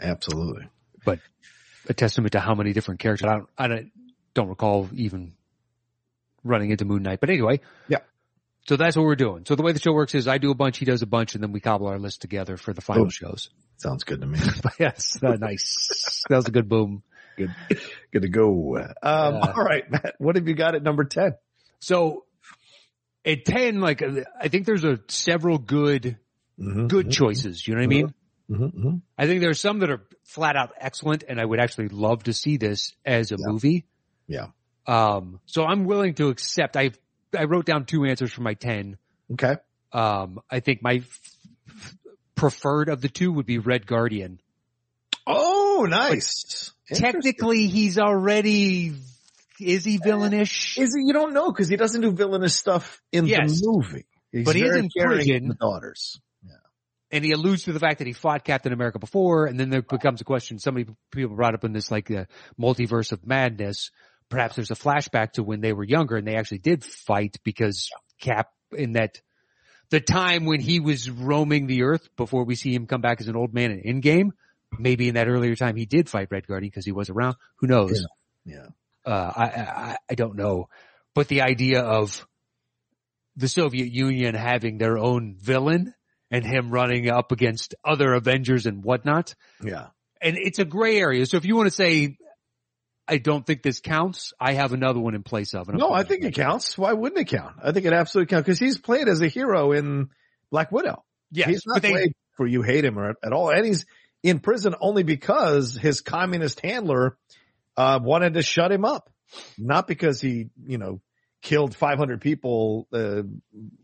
Absolutely. A testament to how many different characters. I don't, I don't, don't recall even running into Moon Knight, but anyway. Yeah. So that's what we're doing. So the way the show works is I do a bunch, he does a bunch, and then we cobble our list together for the final Boom. shows. Sounds good to me. yes. uh, nice. that was a good boom. good to go. Um, Yeah. all right, Matt, what have you got at number 10? So at 10, like I think there's a several good, Mm-hmm. good choices. You know what I mean? Mm-hmm. I think there's some that are flat out excellent and I would actually love to see this as a Yeah. movie. Yeah. Um, so I'm willing to accept. I, I wrote down two answers for my 10. Okay. Um, I think my f- f- preferred of the two would be Red Guardian. Oh, nice. Interesting. Eh, Technically he's already, is he villainish? Is it, you don't know because he doesn't do villainous stuff in Yes. the movie. He's But he is very in caring to prison. the daughters. and he alludes to the fact that he fought Captain America before, and then there becomes a question. Somebody people brought up in this like uh, multiverse of madness. Perhaps there's a flashback to when they were younger and they actually did fight because Cap in that the time when he was roaming the earth before we see him come back as an old man in Endgame. Maybe in that earlier time he did fight Red Guardian because he was around. Who knows? Yeah. uh, I, I, I don't know, but the idea of the Soviet Union having their own villain and him running up against other Avengers and whatnot. Yeah. And it's a gray area. So if you want to say I don't think this counts. I have another one in place of. And I'm No, I think putting on it counts. Why wouldn't it count? I think it absolutely counts because he's played as a hero in Black Widow. Yes, he's not but they, played for you hate him or, at all, and he's in prison only because his communist handler uh, wanted to shut him up, not because he, you know, killed 500 people uh,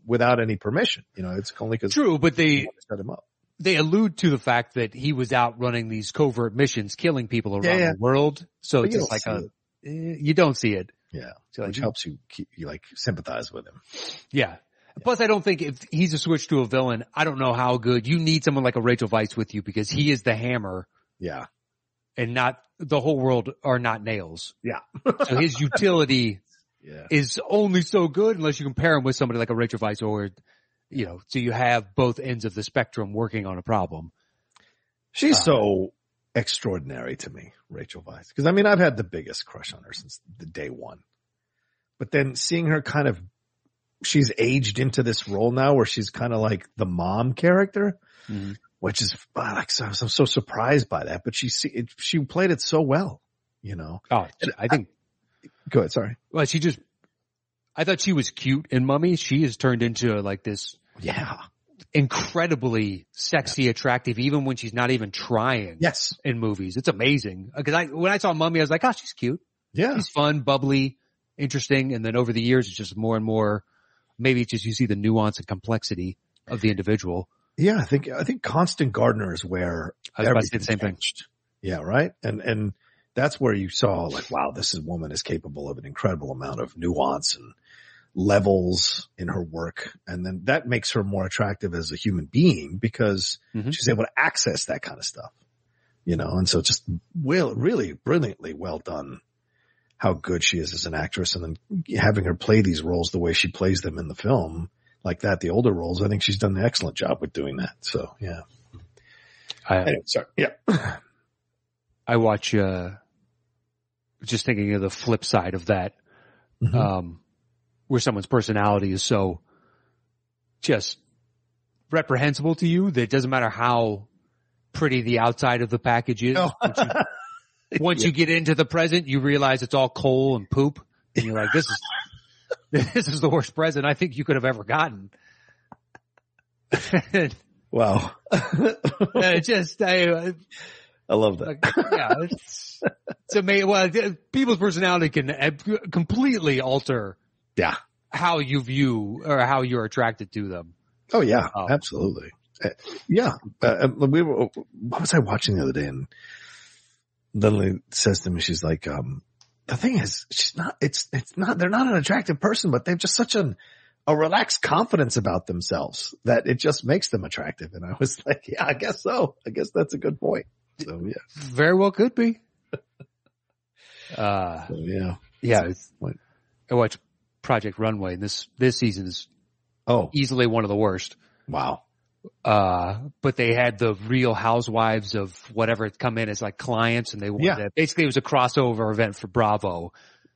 without any permission. You know, it's only because true, but he they wanted to shut him up. they allude to the fact that he was out running these covert missions, killing people around Yeah, yeah. the world. So But it's you just don't like see a eh, you don't see it. Yeah, So like, which helps you keep you like sympathize with him. yeah. Plus, I don't think if he's a switch to a villain, I don't know how good you need someone like a Rachel Vice with you because he is the hammer Yeah, and not the whole world are not nails. Yeah. so his utility yeah. is only so good unless you compare him with somebody like a Rachel Vice or, you know, so you have both ends of the spectrum working on a problem. She's Uh, so extraordinary to me, Rachel Weisz. Cause I mean, I've had the biggest crush on her since the day one, but then seeing her kind of, she's aged into this role now where she's kind of like the mom character, Mhm. which is ah, like, so- I'm so surprised by that, but she, se- it- she played it so well, you know, Oh, I think go ahead. Sorry. Well, she just, I thought she was cute in Mummy. She has turned into like this Yeah. incredibly sexy, attractive, even when she's not even trying Yes. in movies. It's amazing. Cause I, when I saw Mummy, I was like, oh, she's cute. Yeah. She's fun, bubbly, interesting. And then over the years, it's just more and more, maybe it's just you see the nuance and complexity of the individual. Yeah. I think, I think Constant Gardner is where I was about to say the Everything same thing. changed. Yeah, right. And and that's where you saw like, wow, this is, woman is capable of an incredible amount of nuance and levels in her work, and then that makes her more attractive as a human being because Mhm. she's able to access that kind of stuff, you know. And so, just will really brilliantly well done. How good she is as an actress, and then having her play these roles the way she plays them in the film, like that, the older roles, I think she's done an excellent job with doing that. So, yeah. I, Anyway, sorry. Yeah. I watch, uh, just thinking of the flip side of that. Mhm. um, where someone's personality is so just reprehensible to you that it doesn't matter how pretty the outside of the package is. No. Once, you, once you get into the present, you realize it's all coal and poop, and you're like, "This is this is the worst present I think you could have ever gotten." And Wow. it just, I, I love that. like, yeah, it's, it's amazing. Well, it- people's personality can uh, completely alter Yeah. how you view or how you're attracted to them. Oh yeah, Oh. absolutely. Uh, yeah. Uh, uh, we were, what was I watching the other day? And Lily says to me, she's like, um, the thing is, she's not, it's, it's not, they're not an attractive person, but they've just such an, a relaxed confidence about themselves that it just makes them attractive. And I was like, yeah, I guess so. I guess that's a good point. So yeah. Very well could be. Uh, So, yeah. yeah, it's, What? I watch Project Runway and this, this season is Oh, easily one of the worst. wow. Uh, but they had the real housewives of whatever had come in as like clients and they wanted Yeah. to- basically it was a crossover event for Bravo.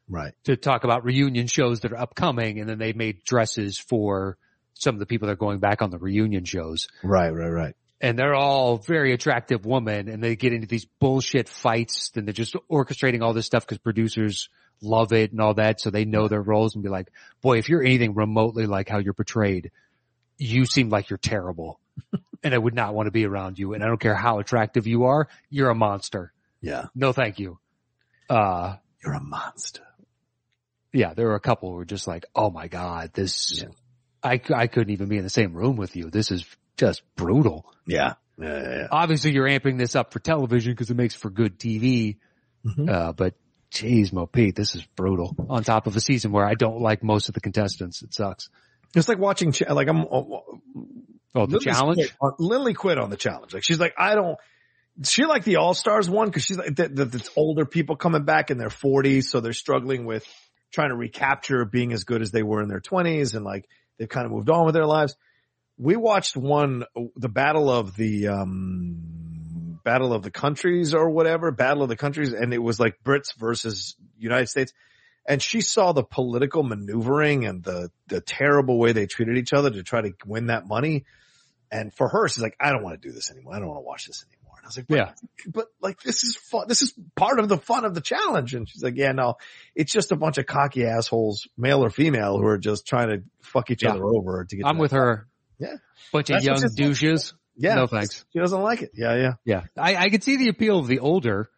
Right. to talk about reunion shows that are upcoming and then they made dresses for some of the people that are going back on the reunion shows Right. Right. Right. and they're all very attractive women and they get into these bullshit fights and they're just orchestrating all this stuff because producers love it and all that so they know their roles and be like boy if you're anything remotely like how you're portrayed you seem like you're terrible and i would not want to be around you and i don't care how attractive you are you're a monster Yeah. no thank you uh You're a monster. yeah, there were a couple who were just like, oh my God, this, Yeah. I, I couldn't even be in the same room with you. This is just brutal. Yeah. Yeah. yeah, yeah. Obviously you're amping this up for television because it makes for good TV. Mhm. Uh, but geez, Mo Pete, this is brutal on top of a season where I don't like most of the contestants. It sucks. It's like watching, cha- like I'm, uh, Oh, the Lily's challenge. quit on- Lily quit on the challenge. Like she's like, I don't. She liked the All Stars one because she's like that. That's older people coming back in their forties, so they're struggling with trying to recapture being as good as they were in their twenties, and like they've kind of moved on with their lives. We watched one, the Battle of the um, Battle of the Countries or whatever, Battle of the Countries, and it was like Brits versus United States. And she saw the political maneuvering and the the terrible way they treated each other to try to win that money. And for her, she's like, I don't want to do this anymore. I don't want to watch this anymore. And I was like, but, Yeah. but like this is fun. This is part of the fun of the challenge. And she's like, yeah, no, it's just a bunch of cocky assholes, male or female, who are just trying to fuck each Yeah. other over to get. I'm to with her. Yeah. Bunch of That's young what she's- douches. Yeah, No thanks. She doesn't like it. Yeah, yeah, Yeah. I, I could see the appeal of the older,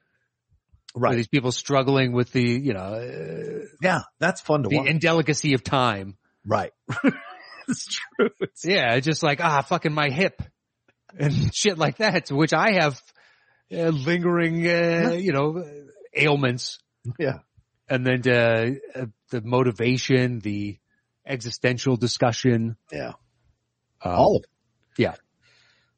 where right. these people struggling with the, you know, uh, Yeah, that's fun to the watch. indelicacy of time. right. it's true. It's, Yeah. Just like, ah, fucking my hip and shit like that, which I have uh, lingering, uh, you know, ailments. Yeah. And then, uh, uh, the motivation, the existential discussion. Yeah. Um, all of it. yeah.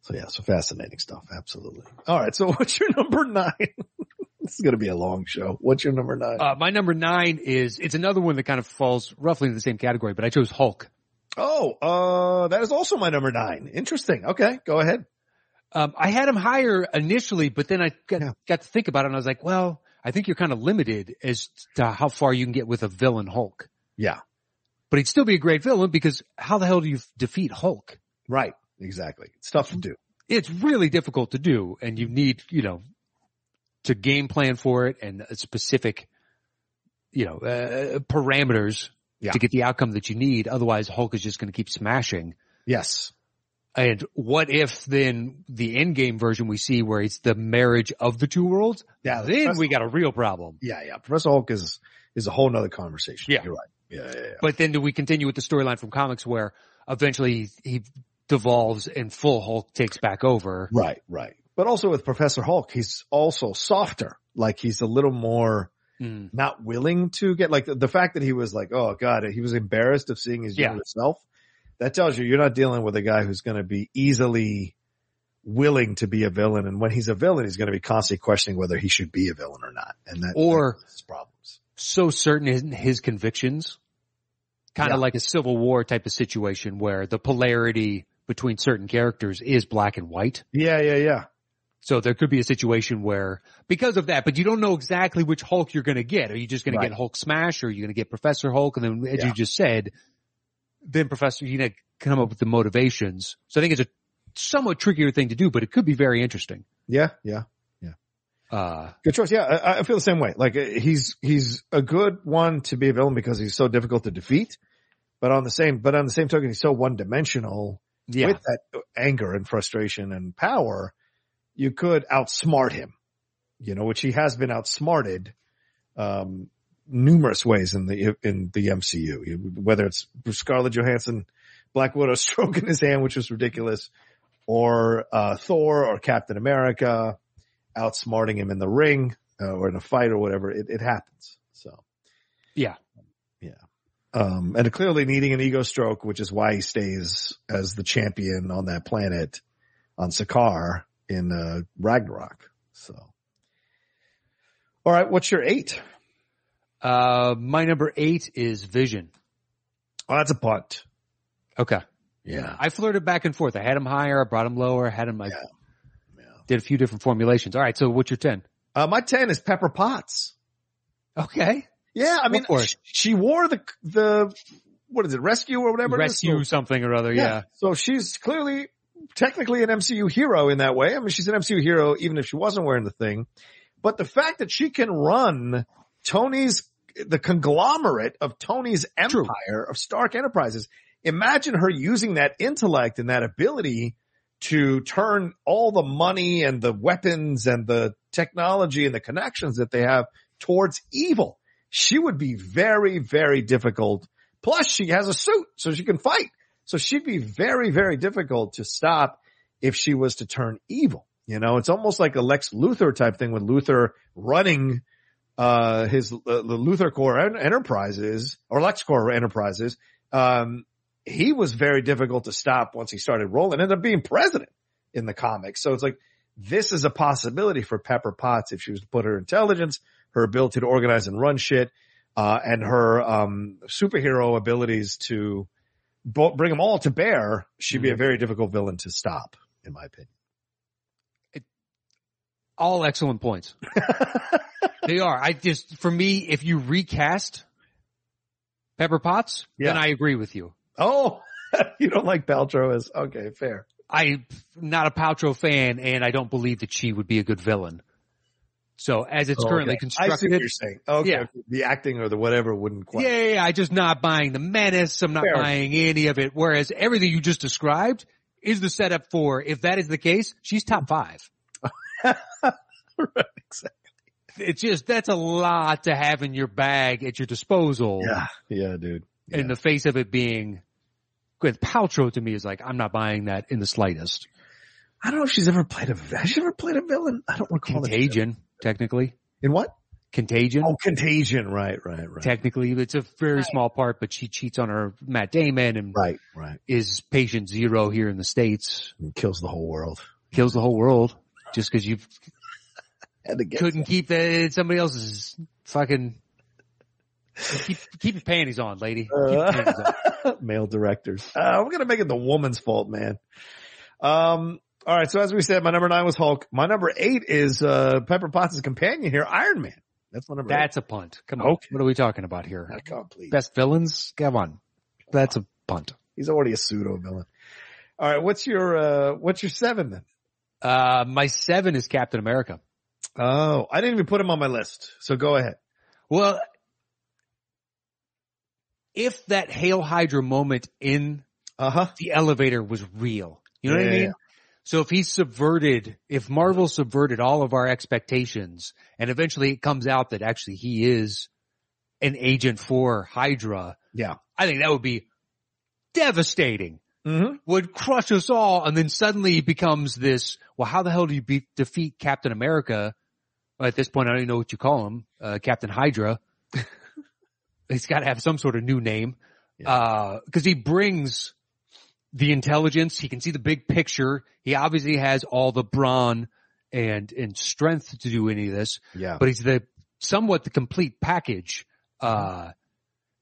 So yeah, so fascinating stuff. Absolutely. All right. So what's your number nine? this is going to be a long show. What's your number nine? Uh, my number nine is, it's another one that kind of falls roughly into the same category, but I chose Hulk. oh, uh, that is also my number nine. Interesting. Okay. Go ahead. Um, I had him higher initially, but then I got, Yeah. got to think about it and I was like, well, I think you're kind of limited as to how far you can get with a villain Hulk. Yeah. But he'd still be a great villain because how the hell do you f- defeat Hulk? Right. Exactly. It's tough to do. It's really difficult to do and you need, you know, to game plan for it and a specific, you know, uh, parameters Yeah. to get the outcome that you need. Otherwise Hulk is just going to keep smashing. Yes. And what if then the end game version we see where it's the marriage of the two worlds? Yeah. Then we got a real problem. yeah. Yeah. Professor Hulk is, is a whole nother conversation. Yeah. You're right. Yeah. Yeah. yeah. But then do we continue with the storyline from comics where eventually he devolves and full Hulk takes back over? Right. Right. But also with Professor Hulk, he's also softer. Like he's a little more, Mm. not willing to get like the, the fact that he was like, oh god, he was embarrassed of seeing his Yeah. younger self. That tells you you're not dealing with a guy who's going to be easily willing to be a villain, and when he's a villain, he's going to be constantly questioning whether he should be a villain or not, and that Or- that causes problems. So certain in his convictions, kind of Yeah. like a civil war type of situation where the polarity between certain characters is black and white. Yeah, yeah, yeah, So there could be a situation where because of that, but you don't know exactly which Hulk you're going to get. Are you just going Right. to get Hulk Smash or are you going to get Professor Hulk? And then as Yeah. you just said, then Professor, you know, come up with the motivations. So I think it's a somewhat trickier thing to do, but it could be very interesting. yeah, yeah. Uh, Good choice. Yeah, I, I feel the same way. Like uh, he's he's a good one to be a villain because he's so difficult to defeat, but on the same but on the same token, he's so one dimensional yeah. with that anger and frustration and power, you could outsmart him, you know, which he has been outsmarted, um, numerous ways in the, in the MCU, whether it's Scarlett Johansson, Black Widow stroking his hand, which was ridiculous, or, uh, Thor or Captain America outsmarting him in the ring uh, or in a fight or whatever. It, it happens. So. Yeah. Yeah. Um, and clearly needing an ego stroke, which is why he stays as the champion on that planet on Sakaar in, uh, Ragnarok. So. All right. What's your eight? uh, my number eight is Vision. Oh, that's a punt. Okay. Yeah. I flirted back and forth. I had him higher. I brought him lower. I had him, I Yeah. Yeah. did a few different formulations. All right. So what's your 10? Uh, my 10 is Pepper Potts. Okay. Yeah. I mean, for it. sh- she wore the, the, what is it? Rescue or whatever. It Rescue is. something or other. yeah. So she's clearly technically an MCU hero in that way. I mean, she's an MCU hero even if she wasn't wearing the thing. But the fact that she can run Tony's the conglomerate of Tony's empire of Stark Enterprises. Imagine her using that intellect and that ability to turn all the money and the weapons and the technology and the connections that they have towards evil. She would be very, very difficult. Plus she has a suit so she can fight. So she'd be very, very difficult to stop if she was to turn evil. You know, it's almost like a Lex Luthor type thing with Luthor running, uh, his, uh, the Luthor Core en- Enterprises or Lex Core Enterprises. Um, he was very difficult to stop once he started rolling, ended up being president in the comics. So it's like, this is a possibility for Pepper Potts if she was to put her intelligence, her ability to organize and run shit, uh, and her, um, superhero abilities to, bo- bring them all to bear, she'd be a very difficult villain to stop, in my opinion. All excellent points. They are. I just, for me, if you recast Pepper Potts, then Yeah. I agree with you. oh, you don't like Paltrow as okay, fair. I'm not a Paltrow fan, and I don't believe that she would be a good villain. So as it's Oh, currently okay. I see what constructed, you're saying. Okay, Yeah. okay. the acting or the whatever wouldn't quite. yeah, yeah, yeah, I just not buying the menace. I'm not Fair. buying any of it. Whereas everything you just described is the setup for if that is the case, she's top five. Right, exactly. It's just that's a lot to have in your bag at your disposal. yeah, yeah, dude. Yeah. In the face of it being with Paltrow to me is like I'm not buying that in the slightest. I don't know if she's ever played a. Has she ever played a villain? I don't recall. that. Contagion, technically. In what? Contagion. Oh, Contagion. Right, right, right. technically it's a very small part, but she cheats on her Matt Damon and Right, right. is patient zero here in the States, And kills the whole world. kills the whole world just cause you Had to get couldn't keep that in somebody else's fucking keep, keep your panties on, lady. Keep your Uh. panties on. male directors. Uh, we're gonna make it the woman's fault, man. Um. All right. So as we said, my number nine was Hulk. My number eight is uh Pepper Potts' companion here, Iron Man. That's my number. That's a punt. Come on. Okay. What are we talking about here? eight. complete. Best villains? Come on. That's a punt. He's already a pseudo villain. All right. What's your uh What's your seven then? Uh, my seven is Captain America. Oh, I didn't even put him on my list. So go ahead. Well, if that Hail Hydra moment in Uh huh. the elevator was real. You know what I Yeah. mean? So if he subverted, if Marvel subverted all of our expectations and eventually it comes out that actually he is an agent for Hydra. Yeah. I think that would be devastating. Mm-hmm. Would crush us all and then suddenly he becomes this, well, how the hell do you beat, defeat Captain America? At this point, I don't even know what you call him, uh, Captain Hydra. He's got to have some sort of new name. Yeah. Uh 'cause cause he brings the intelligence. He can see the big picture. He obviously has all the brawn and, and strength to do any of this, Yeah. but he's the somewhat the complete package. Uh,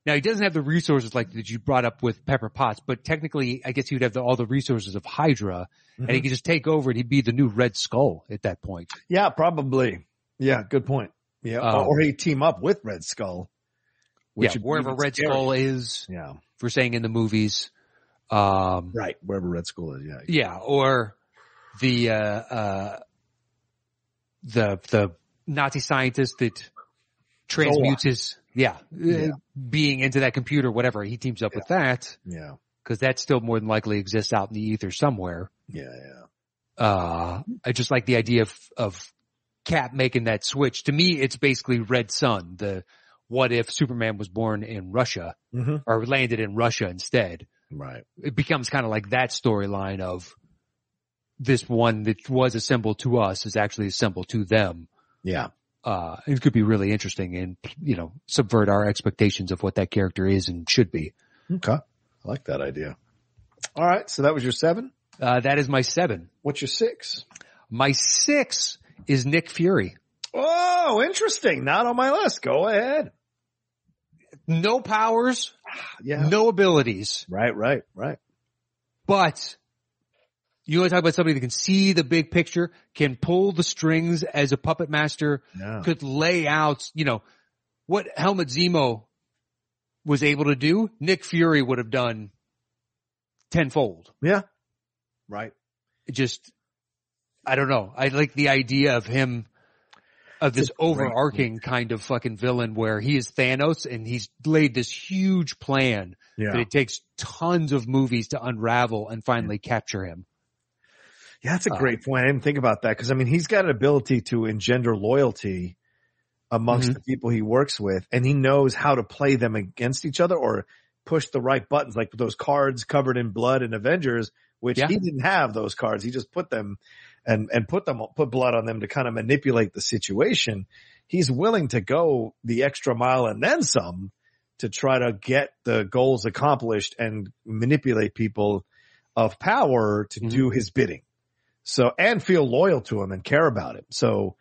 now he doesn't have the resources like that you brought up with Pepper Potts, but technically I guess he would have the, all the resources of Hydra and he could just take over and he'd be the new Red Skull at that point. Yeah, probably. Yeah, good point. Yeah, or- Um, or he team up with Red Skull. which yeah, would be wherever even Red scarier. Skull is, Yeah, for saying in the movies. Um, right. Wherever Red Skull is. Yeah. Yeah, or the uh, uh, the the Nazi scientist that transmutes his yeah, Yeah. uh being into that computer, whatever. He teams up with that Yeah. because that still more than likely exists out in the ether somewhere. Yeah. Yeah. Uh, I just like the idea of of Cap making that switch. To me, it's basically Red Sun. The what if Superman was born in Russia Mm-hmm. or landed in Russia instead? Right. it becomes kind of like that storyline of this one that was a symbol to us is actually a symbol to them. Yeah. Uh, it could be really interesting and, you know, subvert our expectations of what that character is and should be. Okay. I like that idea. All right. So that was your seven. Uh, that is my seven. What's your six? My six is Nick Fury. Oh, interesting. Not on my list. Go ahead. No powers, Yeah. no abilities, Right. Right. Right. but you want to talk about somebody that can see the big picture, can pull the strings as a puppet master, Yeah. could lay out, you know, what Helmut Zemo was able to do, Nick Fury would have done tenfold. Right. It Just, I don't know. I like the idea of him, of this It's a great overarching kind of fucking villain where he is Thanos and he's laid this huge plan that Yeah. it takes tons of movies to unravel and finally capture him. Yeah, that's a Uh, great point. I didn't think about that because I mean, he's got an ability to engender loyalty Mm-hmm. amongst the people he works with, and he knows how to play them against each other or push the right buttons, like those cards covered in blood in Avengers, which Yeah. he didn't have those cards. He just put them and and put them put blood on them to kind of manipulate the situation. He's willing to go the extra mile and then some to try to get the goals accomplished and manipulate people of power to Mhm. do his bidding. So, and feel loyal to him and care about him. So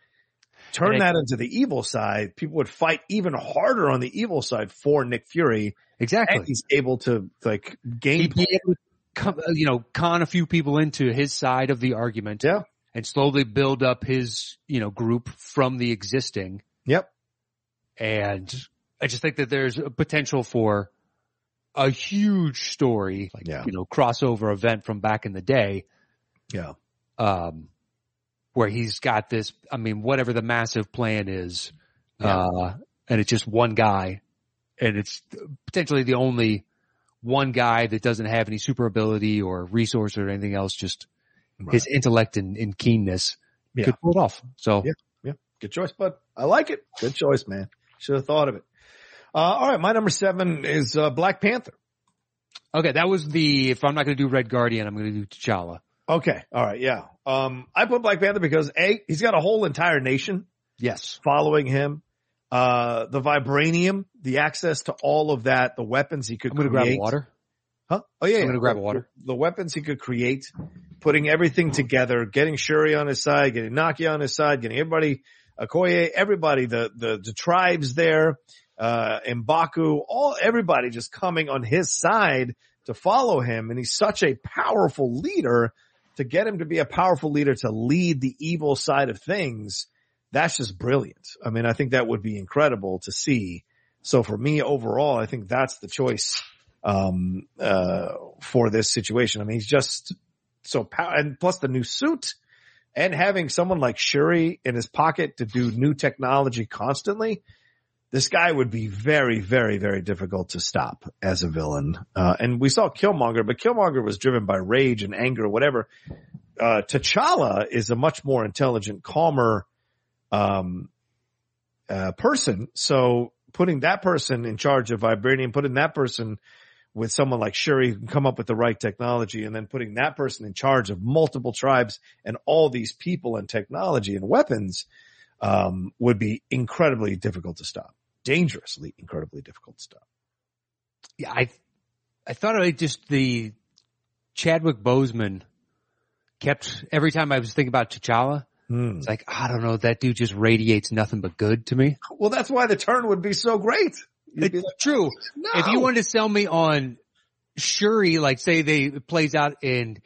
turn And I- that into the evil side. People would fight even harder on the evil side for Nick Fury. And Exactly. he's able to like gain. he'd be able to come, uh, you know, con a few people into his side of the argument. Yeah. And slowly build up his, you know, group from the existing. Yep. And I just think that there's a potential for a huge story, like, Yeah. you know, crossover event from back in the day Yeah. um, where he's got this, I mean, whatever the massive plan is, uh, and it's just one guy and it's potentially the only one guy that doesn't have any super ability or resource or anything else, just his intellect and, and keenness Yeah. could pull it off. So Yeah. Good choice, bud. I like it. Good choice, man. Should have thought of it. Uh, all right. My number seven is uh, Black Panther. Okay, that was the. If I'm not going to do Red Guardian, I'm going to do T'Challa. Okay. All right. Yeah. Um, I put Black Panther because A, he's got a whole entire nation Yes. following him. Uh, the vibranium, the access to all of that, the weapons he could I'm going to grab create. water. Huh? Oh yeah. I'm yeah. gonna grab The- water. The weapons he could create, putting everything together, getting Shuri on his side, getting Nakia on his side, getting everybody, Okoye, everybody, the, the, the tribes there, uh, Mbaku, all, everybody just coming on his side to follow him. And he's such a powerful leader to get him to be a powerful leader to lead the evil side of things. That's just brilliant. I mean, I think that would be incredible to see. So for me overall, I think that's the choice um, uh, for this situation. I mean, he's just so pow- and plus the new suit and having someone like Shuri in his pocket to do new technology constantly. This guy would be very, very, very difficult to stop as a villain. Uh, and we saw Killmonger, but Killmonger was driven by rage and anger, whatever. Uh, T'Challa is a much more intelligent, calmer, um, uh, person. So putting that person in charge of Vibranium, putting that person with someone like Shuri who can come up with the right technology and then putting that person in charge of multiple tribes and all these people and technology and weapons, um, would be incredibly difficult to stop. Dangerously incredibly difficult to stop. Yeah, I I thought I just the Chadwick Boseman kept every time I was thinking about T'Challa. Hmm. It's like I don't know that dude just radiates nothing but good to me. Well, that's why the turn would be so great. You'd be It's like, true. no. If you wanted to sell me on Shuri, like say they it plays out and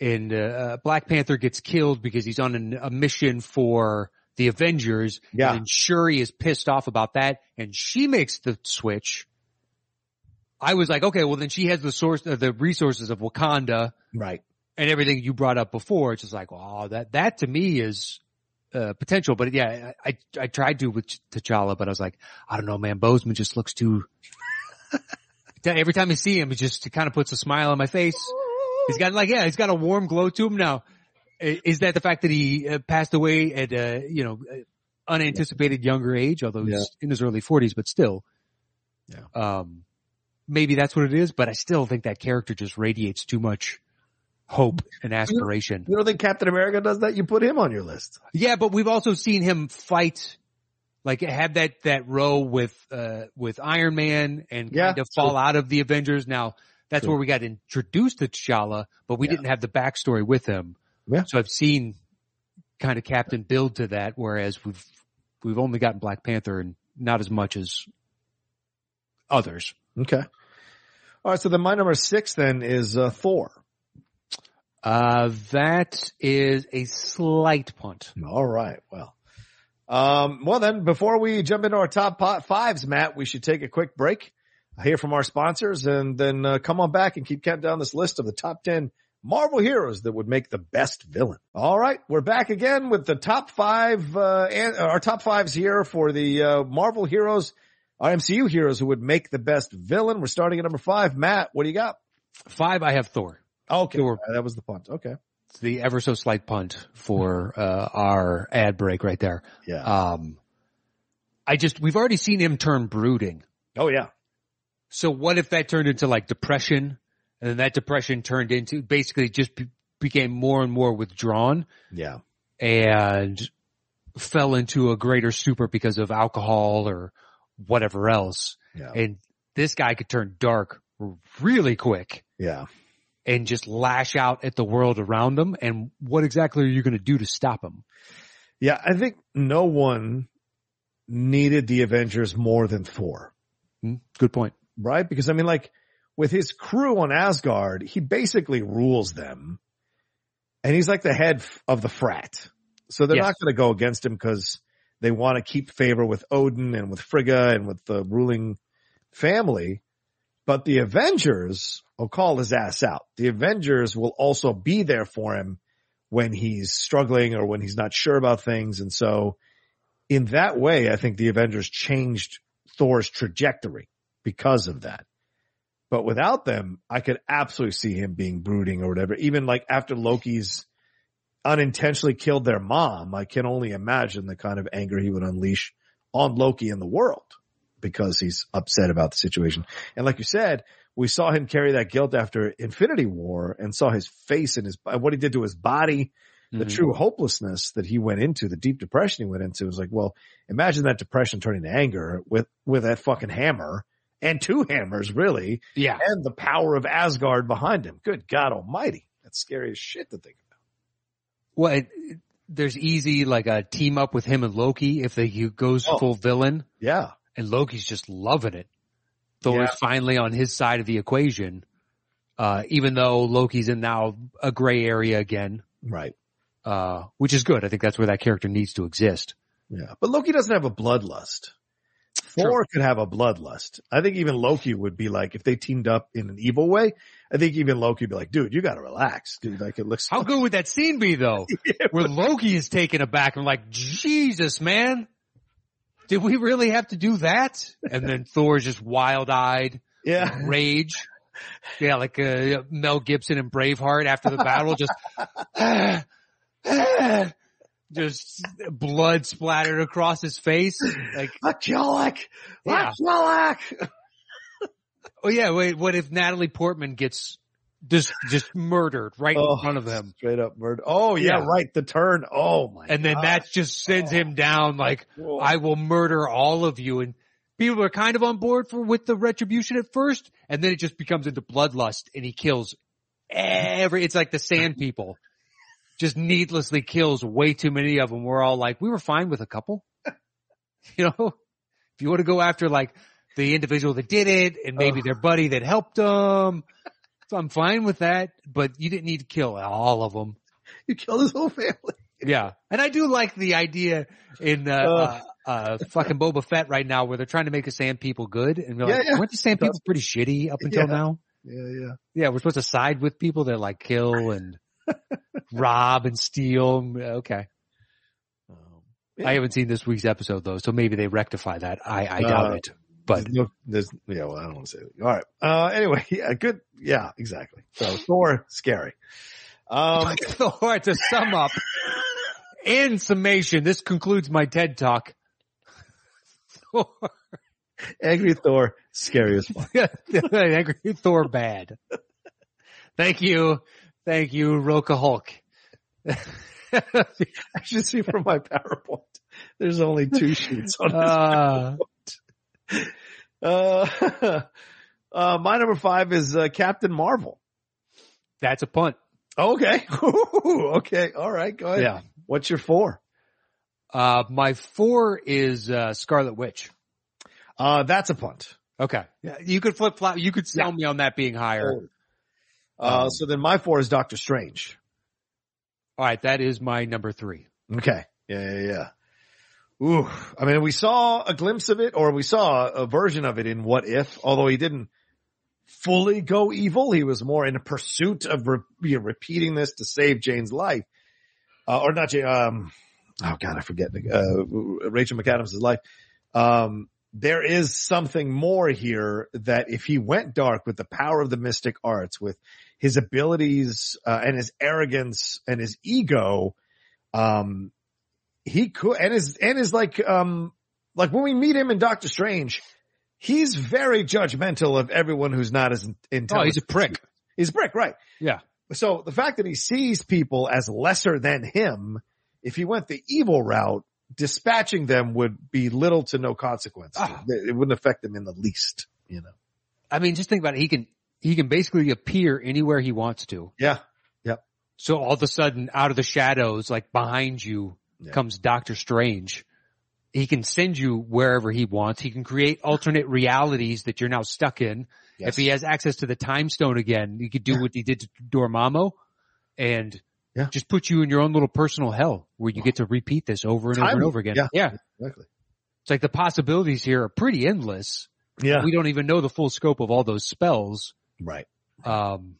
and uh, Black Panther gets killed because he's on an, a mission for the Avengers, yeah, And Shuri is pissed off about that and she makes the switch. I was like, okay, well then she has the source, uh, the resources of Wakanda right. and everything you brought up before. It's just like, oh, that, that to me is, uh, potential. But yeah, I, I, I tried to with T'Challa, but I was like, I don't know, man, Bozeman just looks too, every time I see him, he just kind of puts a smile on my face. He's got like, yeah, he's got a warm glow to him now. I- Is that the fact that he uh, passed away at, uh, you know, uh, unanticipated younger age, although he's in his early forties, but still. Yeah. Um, maybe that's what it is, but I still think that character just radiates too much hope and aspiration. You don't think Captain America does that? You put him on your list. Yeah, but we've also seen him fight, like have that that row with uh with Iron Man and Yeah, kind of fall out of the Avengers. Now that's True. where we got introduced to T'Challa, but we Yeah. didn't have the backstory with him. Yeah. So I've seen kind of Captain build to that, whereas we've we've only gotten Black Panther and not as much as others. Okay. All right. So then my number six then is uh, Thor. Uh that is a slight punt. All right. Well, um, well then before we jump into our top pot fives, Matt, we should take a quick break, hear from our sponsors and then uh, come on back and keep counting down this list of the top 10 Marvel heroes that would make the best villain. All right. We're back again with the top five, uh, and our top fives here for the, uh, Marvel heroes, our MCU heroes who would make the best villain. We're starting at number five. Matt, what do you got? Five, I have Thor. Okay. Thor. That was the punt. Okay. It's the ever so slight punt for uh, our ad break right there. Yeah. Um, I just we've already seen him turn brooding. oh yeah. So what if that turned into like depression, and then that depression turned into basically just be- became more and more withdrawn Yeah. and fell into a greater stupor because of alcohol or whatever else. Yeah. And this guy could turn dark really quick Yeah. and just lash out at the world around him. And what exactly are you going to do to stop him? Yeah, I think no one needed the Avengers more than Thor, Hmm? Good point. right? Because I mean, like with his crew on Asgard, he basically rules them and he's like the head f- of the frat. So they're Yes. not going to go against him because they want to keep favor with Odin and with Frigga and with the ruling family. But the Avengers will call his ass out. The Avengers will also be there for him when he's struggling or when he's not sure about things. And so in that way, I think the Avengers changed Thor's trajectory because of that. But without them, I could absolutely see him being brooding or whatever. Even like after Loki's unintentionally killed their mom, I can only imagine the kind of anger he would unleash on Loki and the world because he's upset about the situation. And like you said, we saw him carry that guilt after Infinity War and saw his face and his what he did to his body, the Mhm. true hopelessness that he went into, the deep depression he went into. It was like, well, imagine that depression turning to anger with with that fucking hammer and two hammers, really, Yeah. and the power of Asgard behind him. Good God Almighty, that's scary as shit to think about. Well, it, it- there's easy like a team up with him and Loki if they, he goes Oh. full villain, Yeah, and Loki's just loving it. Thor Yeah. is finally on his side of the equation, uh, even though Loki's in now a gray area again, right. uh, which is good. I think that's where that character needs to exist. Yeah, but Loki doesn't have a bloodlust. Thor could have a bloodlust. I think even Loki would be like, if they teamed up in an evil way, I think even Loki would be like, dude, you gotta relax, dude. Like it looks. How good would that scene be though? Where Loki is taken aback and like, Jesus, man, did we really have to do that? And then Thor is just wild eyed, Yeah. rage. Yeah, like uh, Mel Gibson and Braveheart after the battle, just "Ah, ah," just blood splattered across his face. Like, Machielak! Yeah. Machielak! oh yeah, wait, what if Natalie Portman gets just just murdered right Oh, in front of him, Straight up murder. Oh yeah, Yeah. right. The turn. Oh my. and then God. that just sends him down like. Whoa. I will murder all of you. And people are kind of on board for with the retribution at first, and then it just becomes into bloodlust, and he kills every. It's like the Sand People, just needlessly kills way too many of them. We're all like, we were fine with a couple, you know. If you want to go after like the individual that did it, and maybe Ugh. their buddy that helped them, so I'm fine with that. But you didn't need to kill all of them. you killed his whole family. Yeah, and I do like the idea in uh, uh, Ugh. uh, fucking Boba Fett right now, where they're trying to make the Sand People good, and we're Yeah, like, yeah. weren't the Sand People pretty shitty up until Yeah. now? Yeah, yeah. Yeah, we're supposed to side with people that like kill and rob and steal. Okay, Um, I haven't seen this week's episode though, so maybe they rectify that. I, I doubt Uh, it, but There's no- there's- yeah, well, I don't want to say that. All right. Uh, anyway, yeah, good. Yeah, exactly. So Thor, scary. Um, Thor, uh, to sum up, in summation, this concludes my TED talk. Thor, angry Thor, scary as fuck. angry Thor bad. Thank you. Thank you, Roka Hulk. I should see from my PowerPoint. There's only two sheets on this. Uh, Uh, uh, my number five is uh, Captain Marvel. that's a punt. Okay. Ooh, okay. All right. Go ahead. Oh, Yeah. What's your four? Uh, my four is uh, Scarlet Witch. Uh, that's a punt. Okay. Oh. Yeah, You could flip flop. You could sell me on that being higher. Uh, Um, so then my four is Doctor Strange. All right. That is my number three. Okay. Yeah, yeah, yeah. Ooh, I mean, we saw a glimpse of it, or we saw a version of it in What If, although he didn't fully go evil. He was more in a pursuit of re- you know, repeating this to save Jane's life, uh, or not Jane. Um, oh God, I forget. Uh, Rachel McAdams' life. Um, there is something more here that if he went dark with the power of the mystic arts, with his abilities uh, and his arrogance and his ego, um, he could, and his, and his like, um, like when we meet him in Doctor Strange, he's very judgmental of everyone who's not as in- Oh, intelligent. he's a prick. He's a prick, right? Yeah. So the fact that he sees people as lesser than him, if he went the evil route, dispatching them would be little to no consequence. to Ah. him. It it wouldn't affect him in the least, you know? I mean, just think about it. He can, he can basically appear anywhere he wants to. Yeah. So all of a sudden, out of the shadows, like behind you, Yeah. comes Doctor Strange. He can send you wherever he wants. He can create alternate realities that you're now stuck in. If he has access to the time stone again, he could do Yeah. what he did to Dormammu and Yeah. just put you in your own little personal hell where you get to repeat this over and over Time and over again. loop, exactly. It's like the possibilities here are pretty endless. Yeah. We don't even know the full scope of all those spells. Right. Um,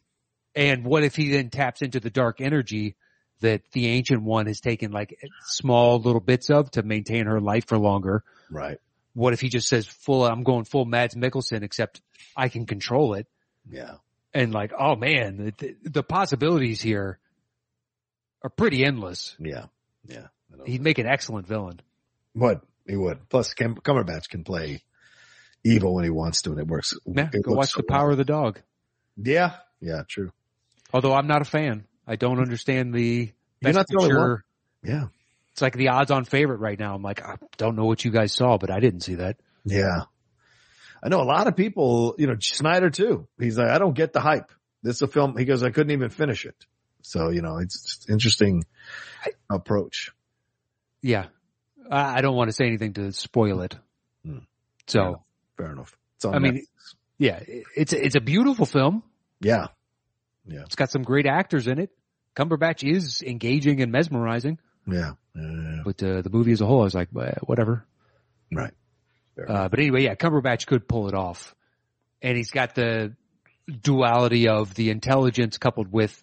and what if he then taps into the dark energy that the ancient one has taken like small little bits of to maintain her life for longer. Right. What if he just says full, I'm going full Mads Mikkelsen, except I can control it. Yeah. And like, oh man, the, the possibilities here are pretty endless. Yeah. Yeah. I don't He'd make an excellent villain. Would he would? Plus, Cam- Cumberbatch can play evil when he wants to, and it works. Yeah, it go watch works The so well. Power of the Dog. Yeah, yeah, true. Although I'm not a fan. I don't understand the You're best not the only picture. one. Yeah, It's like the odds on favorite right now. I'm like, I don't know what you guys saw, but I didn't see that. yeah. I know a lot of people. You know, Snyder too. He's like, I don't get the hype. This is a film. He goes, I couldn't even finish it. So you know, it's just interesting approach. Yeah. I, I don't want to say anything to spoil it. Hmm. So. Yeah. Fair enough. It's on I mean, Netflix. Yeah, it- it's it's a beautiful film. yeah, It's got some great actors in it. Cumberbatch is engaging and mesmerizing, yeah, yeah. but uh, the movie as a whole, I was like, "Bleh, whatever. Right. Fair enough. Uh, but anyway, yeah, Cumberbatch could pull it off, and he's got the duality of the intelligence coupled with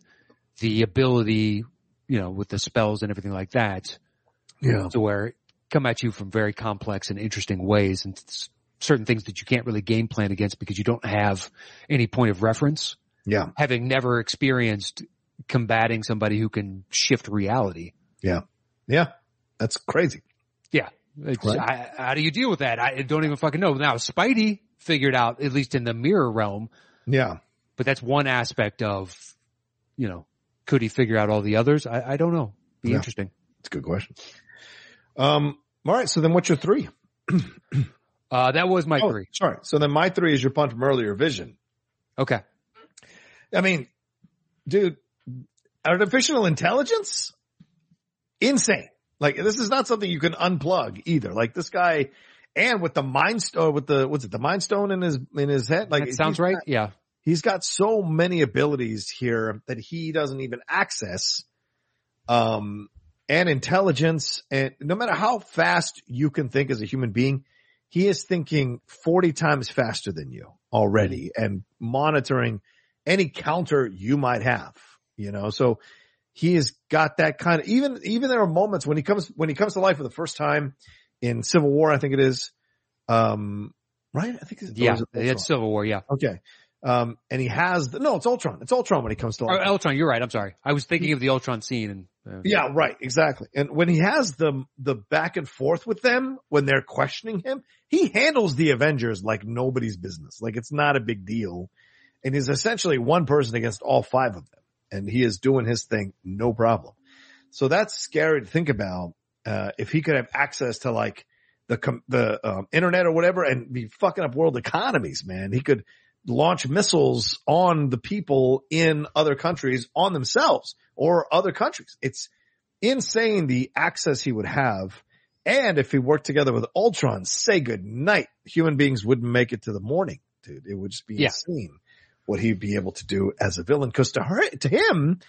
the ability, you know, with the spells and everything like that, yeah, to where it come at you from very complex and interesting ways, and s- certain things that you can't really game plan against because you don't have any point of reference. yeah, having never experienced combating somebody who can shift reality. yeah. That's crazy. It's- Right. I- how do you deal with that? I don't even fucking know. Now, Spidey figured out, at least in the mirror realm, Yeah, but that's one aspect of, you know, could he figure out all the others? I, I don't know. Be Yeah. interesting. it's a good question. Um. All right. So then, what's your three? Uh, that was my Oh, three. Sorry. So then my three is your punt from earlier vision. Okay. I mean, dude, artificial intelligence? Insane. Like this is not something you can unplug either. Like this guy and with the mind stone, with the, what's it, the mind stone in his, in his head? Like that sounds he's right. got- yeah. he's got so many abilities here that he doesn't even access. Um, and intelligence and no matter how fast you can think as a human being, he is thinking 40 times faster than you already Mm-hmm. and monitoring any counter you might have, you know, so he has got that kind of, even, even there are moments when he comes, when he comes to life for the first time in Civil War, I think it is, um, right? I think it's, or Yeah. is it Ultron? It's Civil War. Yeah. Okay. Um, and he has the, no, it's Ultron. It's Ultron when he comes to Or life. Ultron. You're right. I'm sorry. I was thinking of the Ultron scene and uh, yeah, right. Exactly. And when he has the, the back and forth with them, when they're questioning him, he handles the Avengers like nobody's business. Like it's not a big deal. And he's essentially one person against all five of them and he is doing his thing. No problem. So that's scary to think about. Uh, if he could have access to like the, com- the, um, internet or whatever and be fucking up world economies, man, he could launch missiles on the people in other countries on themselves or other countries. It's insane the access he would have. And if he worked together with Ultron, say good night, human beings wouldn't make it to the morning, dude. It would just be Yeah. insane what he'd be able to do as a villain. Cause to her, to him,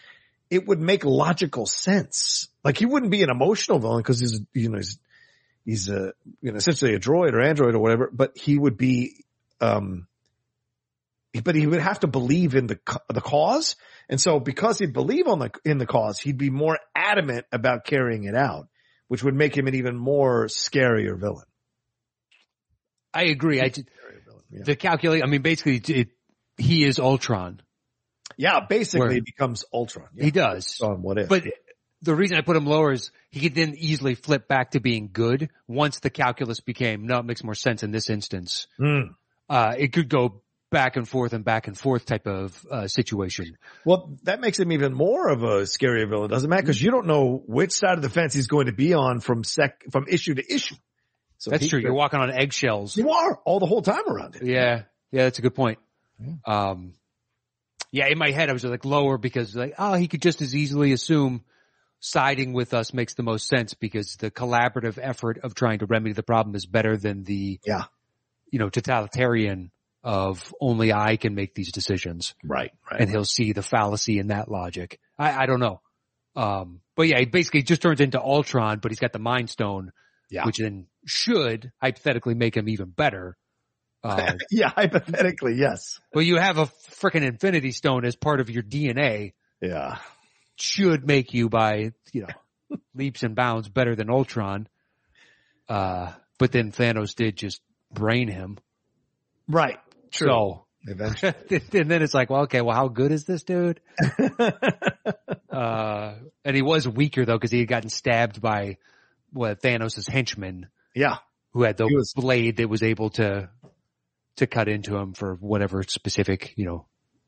it would make logical sense. Like he wouldn't be an emotional villain because he's, you know, he's, he's a, you know, essentially a droid or android or whatever, but he would be, um, but he would have to believe in the, ca- the cause. And so because he'd believe on the, in the cause, he'd be more adamant about carrying it out, which would make him an even more scarier villain. I agree. I, ju- Scarier villain, Yeah. the calculate, I mean, basically it, he is Ultron. yeah, basically Where- he becomes Ultron. Yeah. He does. on what if. But the reason I put him lower is he could then easily flip back to being good once the calculus became, no, it makes more sense in this instance. Mm. Uh, it could go back and forth and back and forth type of uh, situation. Well, that makes him even more of a scarier villain, doesn't it, Matt? Because you don't know which side of the fence he's going to be on from sec from issue to issue. So That's he true. could- You're walking on eggshells. you are all the whole time around it. Yeah. Yeah. That's a good point. Yeah. Um, yeah. In my head, I was like lower because like, oh, he could just as easily assume siding with us makes the most sense because the collaborative effort of trying to remedy the problem is better than the, Yeah. you know, totalitarian of only I can make these decisions. Right. Right. and he'll see the fallacy in that logic. I, I don't know. Um, but yeah, he basically just turns into Ultron, but he's got the Mind Stone, Yeah. which then should hypothetically make him even better. Uh, yeah. Hypothetically, yes. but you have a freaking Infinity Stone as part of your DNA. Yeah. should make you by, you know, leaps and bounds better than Ultron. Uh, but then Thanos did just brain him. Right. True. So, Eventually. and then it's like, well, okay, well, how good is this dude? Uh, and he was weaker though because he had gotten stabbed by what Thanos' henchman yeah. who had the He was- blade that was able to to cut into him for whatever specific you know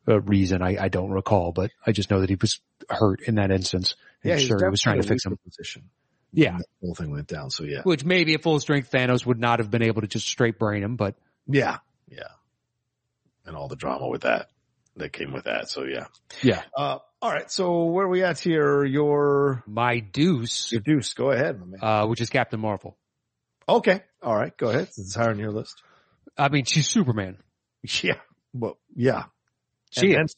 uh, reason. I, I don't recall, but I just know that he was hurt in that instance. And Yeah. sure, he was trying to fix him. Position. Yeah, The whole thing went down. So yeah. which maybe at full strength Thanos would not have been able to just straight brain him, but Yeah. Yeah. And all the drama with that that came with that. So yeah. Yeah. Uh, all right. So where are we at here? Your, my deuce, your deuce. Go ahead, my man. uh, which is Captain Marvel. Uh, Okay. All right. Go ahead. Since it's higher on your list. I mean, she's Superman. Yeah. Well, yeah. She and is.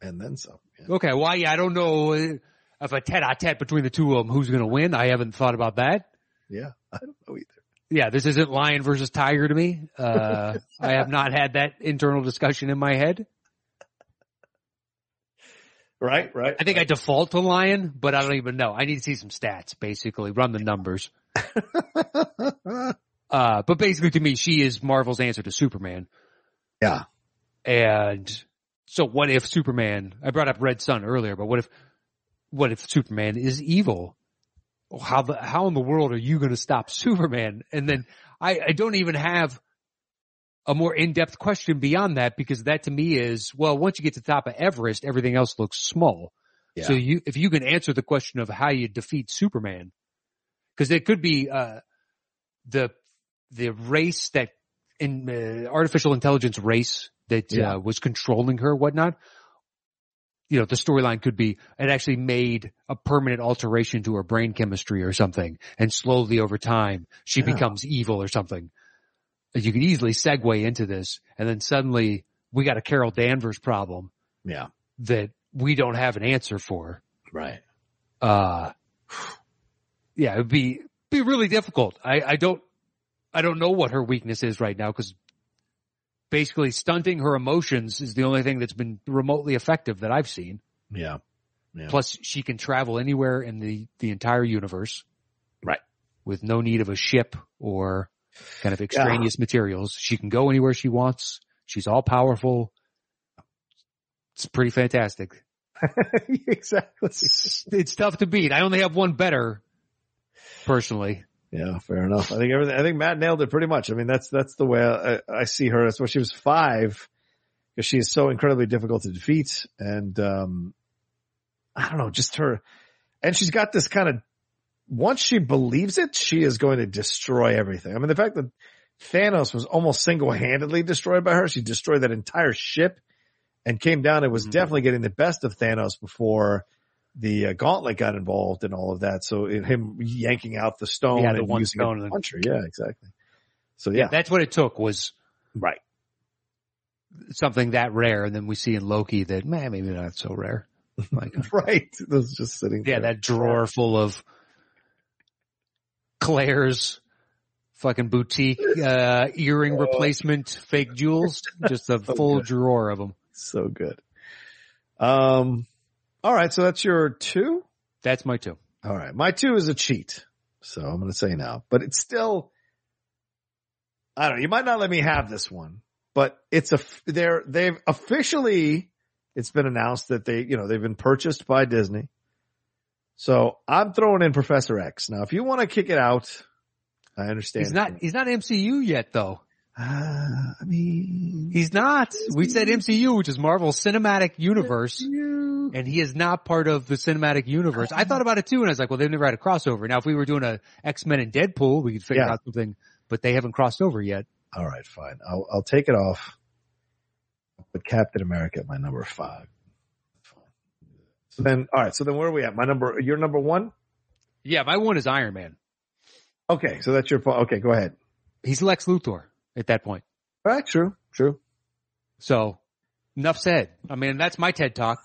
Then, and then some. Yeah. Okay. Well, yeah, I don't know uh, if a tete a tete between the two of them, who's going to win. I haven't thought about that. Yeah. I don't know either. Yeah, this isn't lion versus tiger to me. Uh, I have not had that internal discussion in my head. Right. Right. I think I default to lion, but I don't even know. I need to see some stats, basically, run the numbers. Uh, but basically, to me, she is Marvel's answer to Superman. Yeah. And so, what if Superman? I brought up Red Sun earlier, but what if, what if Superman is evil? How the how in the world are you going to stop Superman? And then I, I don't even have a more in depth question beyond that because that to me is well, once you get to the top of Everest, everything else looks small. Yeah. So you if you can answer the question of how you defeat Superman, because it could be uh, the the race that in uh, artificial intelligence race that Yeah. uh, was controlling her, whatnot. You know, the storyline could be it actually made a permanent alteration to her brain chemistry or something, and slowly over time she Yeah. becomes evil or something. You could easily segue into this, and then suddenly we got a Carol Danvers problem Yeah. that we don't have an answer for Right. uh yeah it'd be be really difficult i i don't i don't know what her weakness is right now because basically stunting her emotions is the only thing that's been remotely effective that i've seen Yeah. Yeah. plus she can travel anywhere in the the entire universe Right. with no need of a ship or kind of extraneous materials she can go anywhere she wants she's all powerful it's pretty fantastic exactly. it's it's tough to beat. I only have one better, personally. Yeah, fair enough. I think everything. I think Matt nailed it pretty much. I mean, that's that's the way I, I see her. That's why she was five, because she is so incredibly difficult to defeat, and um, I don't know, just her, and she's got this kind of. Once she believes it, she is going to destroy everything. I mean, the fact that Thanos was almost single-handedly destroyed by her, she destroyed that entire ship, and came down and was Mhm. definitely getting the best of Thanos before the uh, gauntlet got involved and all of that. So it, him yanking out the stone Yeah, and the one using stone it as a and then- puncher. Yeah, exactly. So yeah, That's what it took was right. something that rare, and then we see in Loki that man, maybe not so rare. Like, Right. It was just sitting yeah, there. that drawer full of Claire's fucking boutique uh, earring replacement fake jewels, just a So full Oh. good. drawer of them. So good. Um, all right. So that's your two. That's my two. All right. My two is a cheat. So I'm going to say now, but it's still, I don't know. You might not let me have this one, but it's a, they're, they've officially, it's been announced that they, you know, they've been purchased by Disney. So I'm throwing in Professor X. Now, if you want to kick it out, I understand. He's not. He's not MCU yet, though. Ah, I mean, He's not. We said MCU, which is Marvel Cinematic Universe. you. and he is not part of the cinematic universe. I thought about it too, and I was like, well, they've never had a crossover. Now, if we were doing a X Men and Deadpool, we could figure Yeah. out something, but they haven't crossed over yet. All right, fine. I'll, I'll take it off. I'll put Captain America at my number five. So then, all right. So then where are we at? My number, your number one? Yeah, my one is Iron Man. Okay. So that's your, po- okay. Go ahead. He's Lex Luthor at that point. All right. True. True. So, enough said. I mean, that's my TED talk.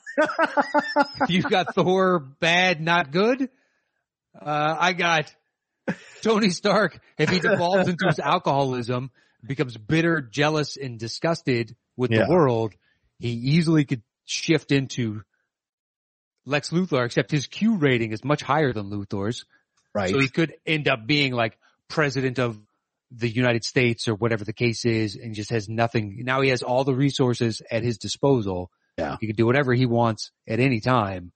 You've got Thor bad, not good. Uh, I got Tony Stark. If he devolves into his alcoholism, becomes bitter, jealous, and disgusted with Yeah. the world, he easily could shift into Lex Luthor, except his Q rating is much higher than Luthor's. right? So he could end up being like president of the United States or whatever the case is and just has nothing. Now he has all the resources at his disposal. Yeah. He can do whatever he wants at any time.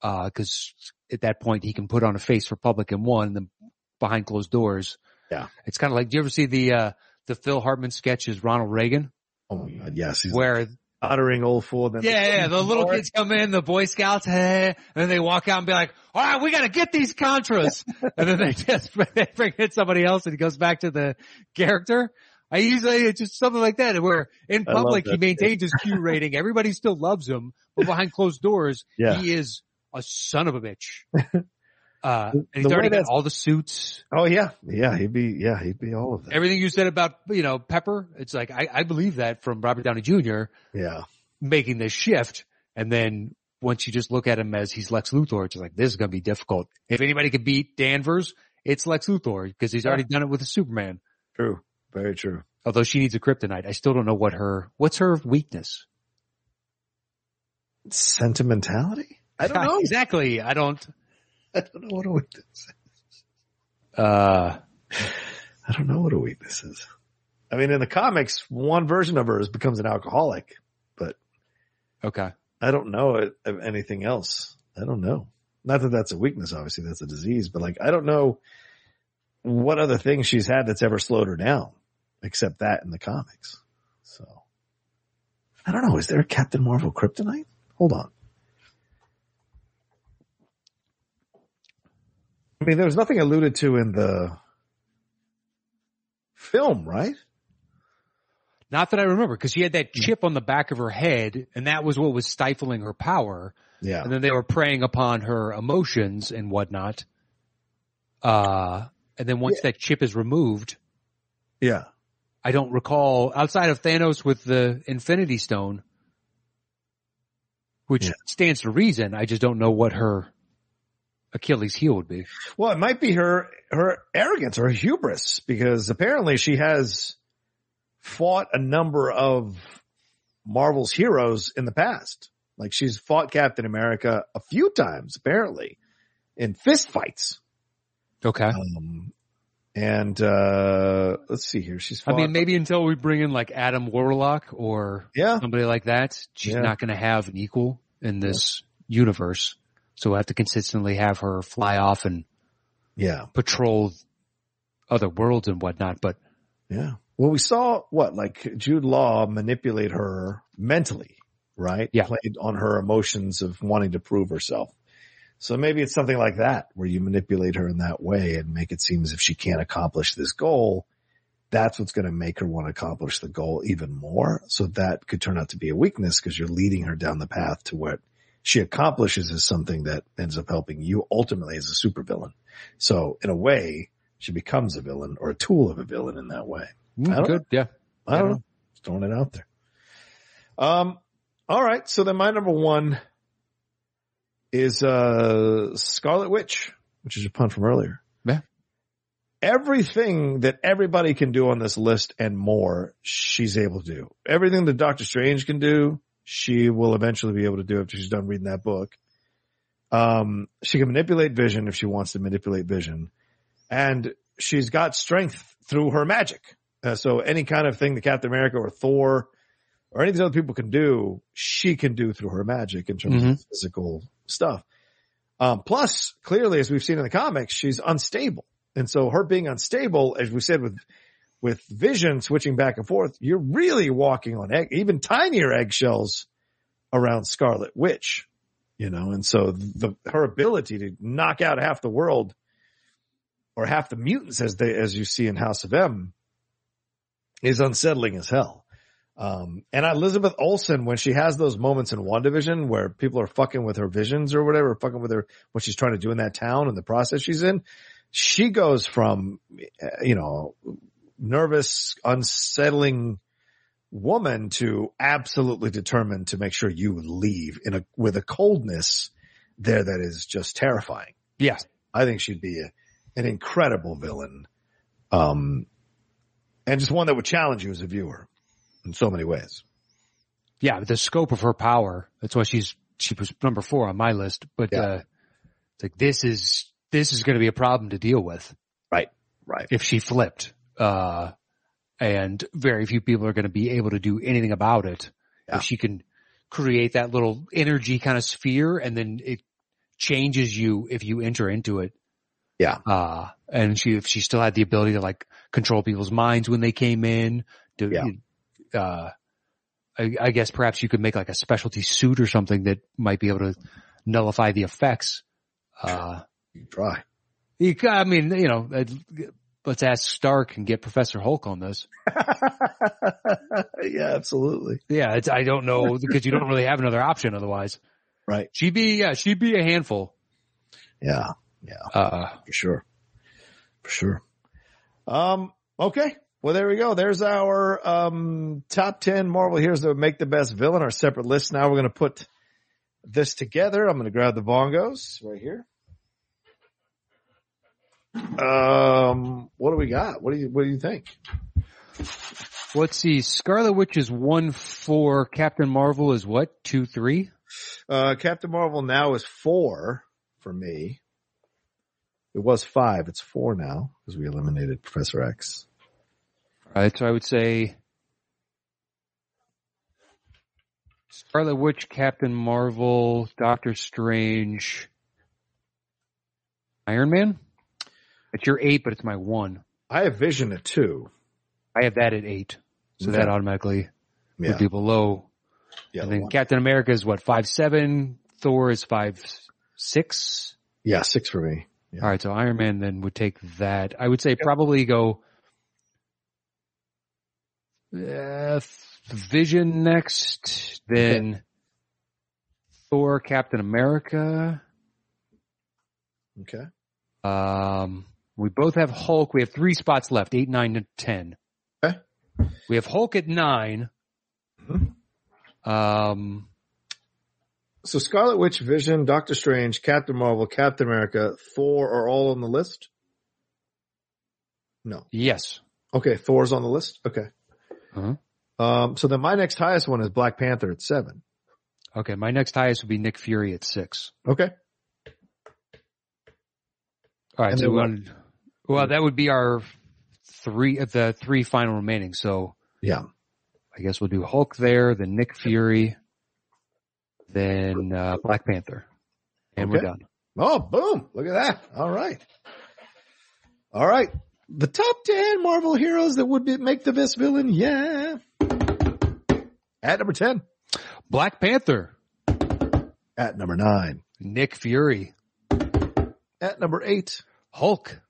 Uh, cause at that point he can put on a face Republican one then behind closed doors. Yeah. It's kind of like, do you ever see the, uh, the Phil Hartman sketch is Ronald Reagan oh my god, yes, he's where uttering old fool. Then yeah, yeah. The little kids come in, the Boy Scouts, hey, and then they walk out and be like, "All right, we got to get these Contras," and then they just they bring in somebody else, and he goes back to the character. I usually it's just something like that, where in I love public he that. maintains his Q rating, everybody still loves him, but behind closed doors, Yeah. he is a son of a bitch. Uh, and The he's way already got that's- all the suits. Oh yeah, yeah. He'd be yeah, he'd be all of that. Everything you said about you know Pepper, it's like I, I believe that from Robert Downey Jr. yeah, making this shift. And then once you just look at him as he's Lex Luthor, it's just like, this is going to be difficult. If anybody could beat Danvers, it's Lex Luthor because he's already done it with a Superman. true, very true. Although she needs a kryptonite. I still don't know what her, what's her weakness? Sentimentality? I don't know. exactly. I don't, I don't know what a weakness. Is. uh, I don't know what a weakness is. I mean, in the comics, one version of her is becomes an alcoholic. okay. I don't know it- of anything else. I don't know. Not that that's a weakness, obviously that's a disease, but like I don't know what other thing she's had that's ever slowed her down except that in the comics. So I don't know. Is there a Captain Marvel kryptonite? Hold on. I mean, there was nothing alluded to in the film, right? Not that I remember because she had that chip on the back of her head and that was what was stifling her power. Yeah. And then they were preying upon her emotions and whatnot. Uh, and then once that chip is removed, Yeah. I don't recall outside of Thanos with the Infinity Stone, which Yeah. stands to reason. I just don't know what her Achilles heel would be. Well, it might be her her arrogance or hubris because apparently she has fought a number of Marvel's heroes in the past. Like she's fought Captain America a few times apparently in fist fights. Okay. Um, and uh let's see here. She's I fought mean, maybe until we bring in like Adam Warlock or yeah. somebody like that, she's Yeah. not going to have an equal in this universe. So we'll have to consistently have her fly off and Yeah. patrol other worlds and whatnot. But Yeah. Well, we saw what like Jude Law manipulate her mentally, right? Yeah. Played on her emotions of wanting to prove herself. So maybe it's something like that where you manipulate her in that way and make it seem as if she can't accomplish this goal. That's what's going to make her want to accomplish the goal even more. So that could turn out to be a weakness because you're leading her down the path to what she accomplishes is something that ends up helping you ultimately as a supervillain. So in a way, she becomes a villain or a tool of a villain in that way. Mm, I don't good. Yeah. I don't Yeah. know. Just throwing it out there. Um, all right. So then my number one is, uh, Scarlet Witch, which is a pun from earlier. Yeah. Everything that everybody can do on this list and more, she's able to do. Everything that Doctor Strange can do, she will eventually be able to do after she's done reading that book. Um, she can manipulate vision if she wants to manipulate vision. And she's got strength through her magic. Uh, so any kind of thing that Captain America or Thor or any of these other people can do, she can do through her magic in terms of physical stuff. Um, plus, clearly, as we've seen in the comics, she's unstable. And so her being unstable, as we said with, with vision switching back and forth, you're really walking on egg, even tinier eggshells around Scarlet Witch, you know, and so the, her ability to knock out half the world or half the mutants as they, as you see in House of M is unsettling as hell. Um, and Elizabeth Olsen, when she has those moments in WandaVision where people are fucking with her visions or whatever, fucking with her, what she's trying to do in that town and the process she's in, she goes from, uh, you know, nervous, unsettling woman to absolutely determined to make sure you leave in a, with a coldness there that is just terrifying. Yeah. I think she'd be a, an incredible villain. Um, and just one that would challenge you as a viewer in so many ways. Yeah, the scope of her power. That's why she's she was number four on my list, but uh, it's like this is this is going to be a problem to deal with Right. if she flipped, uh, and very few people are going to be able to do anything about it. Yeah. If she can create that little energy kind of sphere, and then it changes you if you enter into it. Yeah. Uh, and she if she still had the ability to like control people's minds when they came in, to, uh, I, I guess perhaps you could make like a specialty suit or something that might be able to nullify the effects. Uh, You try. you, ca- I mean, you know, I'd- let's ask Stark and get Professor Hulk on this. yeah, absolutely. Yeah, it's, I don't know because you don't really have another option otherwise. Right. She'd be, yeah, she'd be a handful. Yeah, Uh, for sure. For sure. Um, okay. Well, there we go. There's our, um, top 10 Marvel heroes that would make the best villain, our separate list. Now we're going to put this together. I'm going to grab the bongos right here. Um, what do we got? What do you, what do you think? let's see. Scarlet Witch is one four. Captain Marvel is what? Two three. Uh, Captain Marvel now is four for me. It was five. It's four now because we eliminated Professor X. All right. So I would say Scarlet Witch, Captain Marvel, Doctor Strange, Iron Man. It's your eight, but it's my one. I have Vision at two. I have that at eight. So Okay. that automatically Yeah. would be below. yeah and the then one. Captain America is what, five seven? Thor is five six? Yeah, six for me. Yeah. All right, so Iron Man then would take that. I would say probably go uh, Vision next, then Thor, Captain America. Okay. Um, we both have Hulk. We have three spots left: eight, nine, and ten. Okay. We have Hulk at 9 Mhm. Um, So Scarlet Witch, Vision, Doctor Strange, Captain Marvel, Captain America, Thor are all on the list? No. yes. Okay, Thor's on the list. Okay. Uh-huh. Um, so then my next highest one is Black Panther at seven. Okay, my next highest would be Nick Fury at six. Okay. All right, And so then we what- wanted, well, that would be our three of the three final remaining. So Yeah. I guess we'll do Hulk there, then Nick Fury, then uh, Black Panther, and Okay. we're done. Oh, boom. Look at that. All right. All right. The top 10 Marvel heroes that would be, make the best villain. Yeah. At number 10. Black Panther, At number nine. Nick Fury, At number eight. Hulk,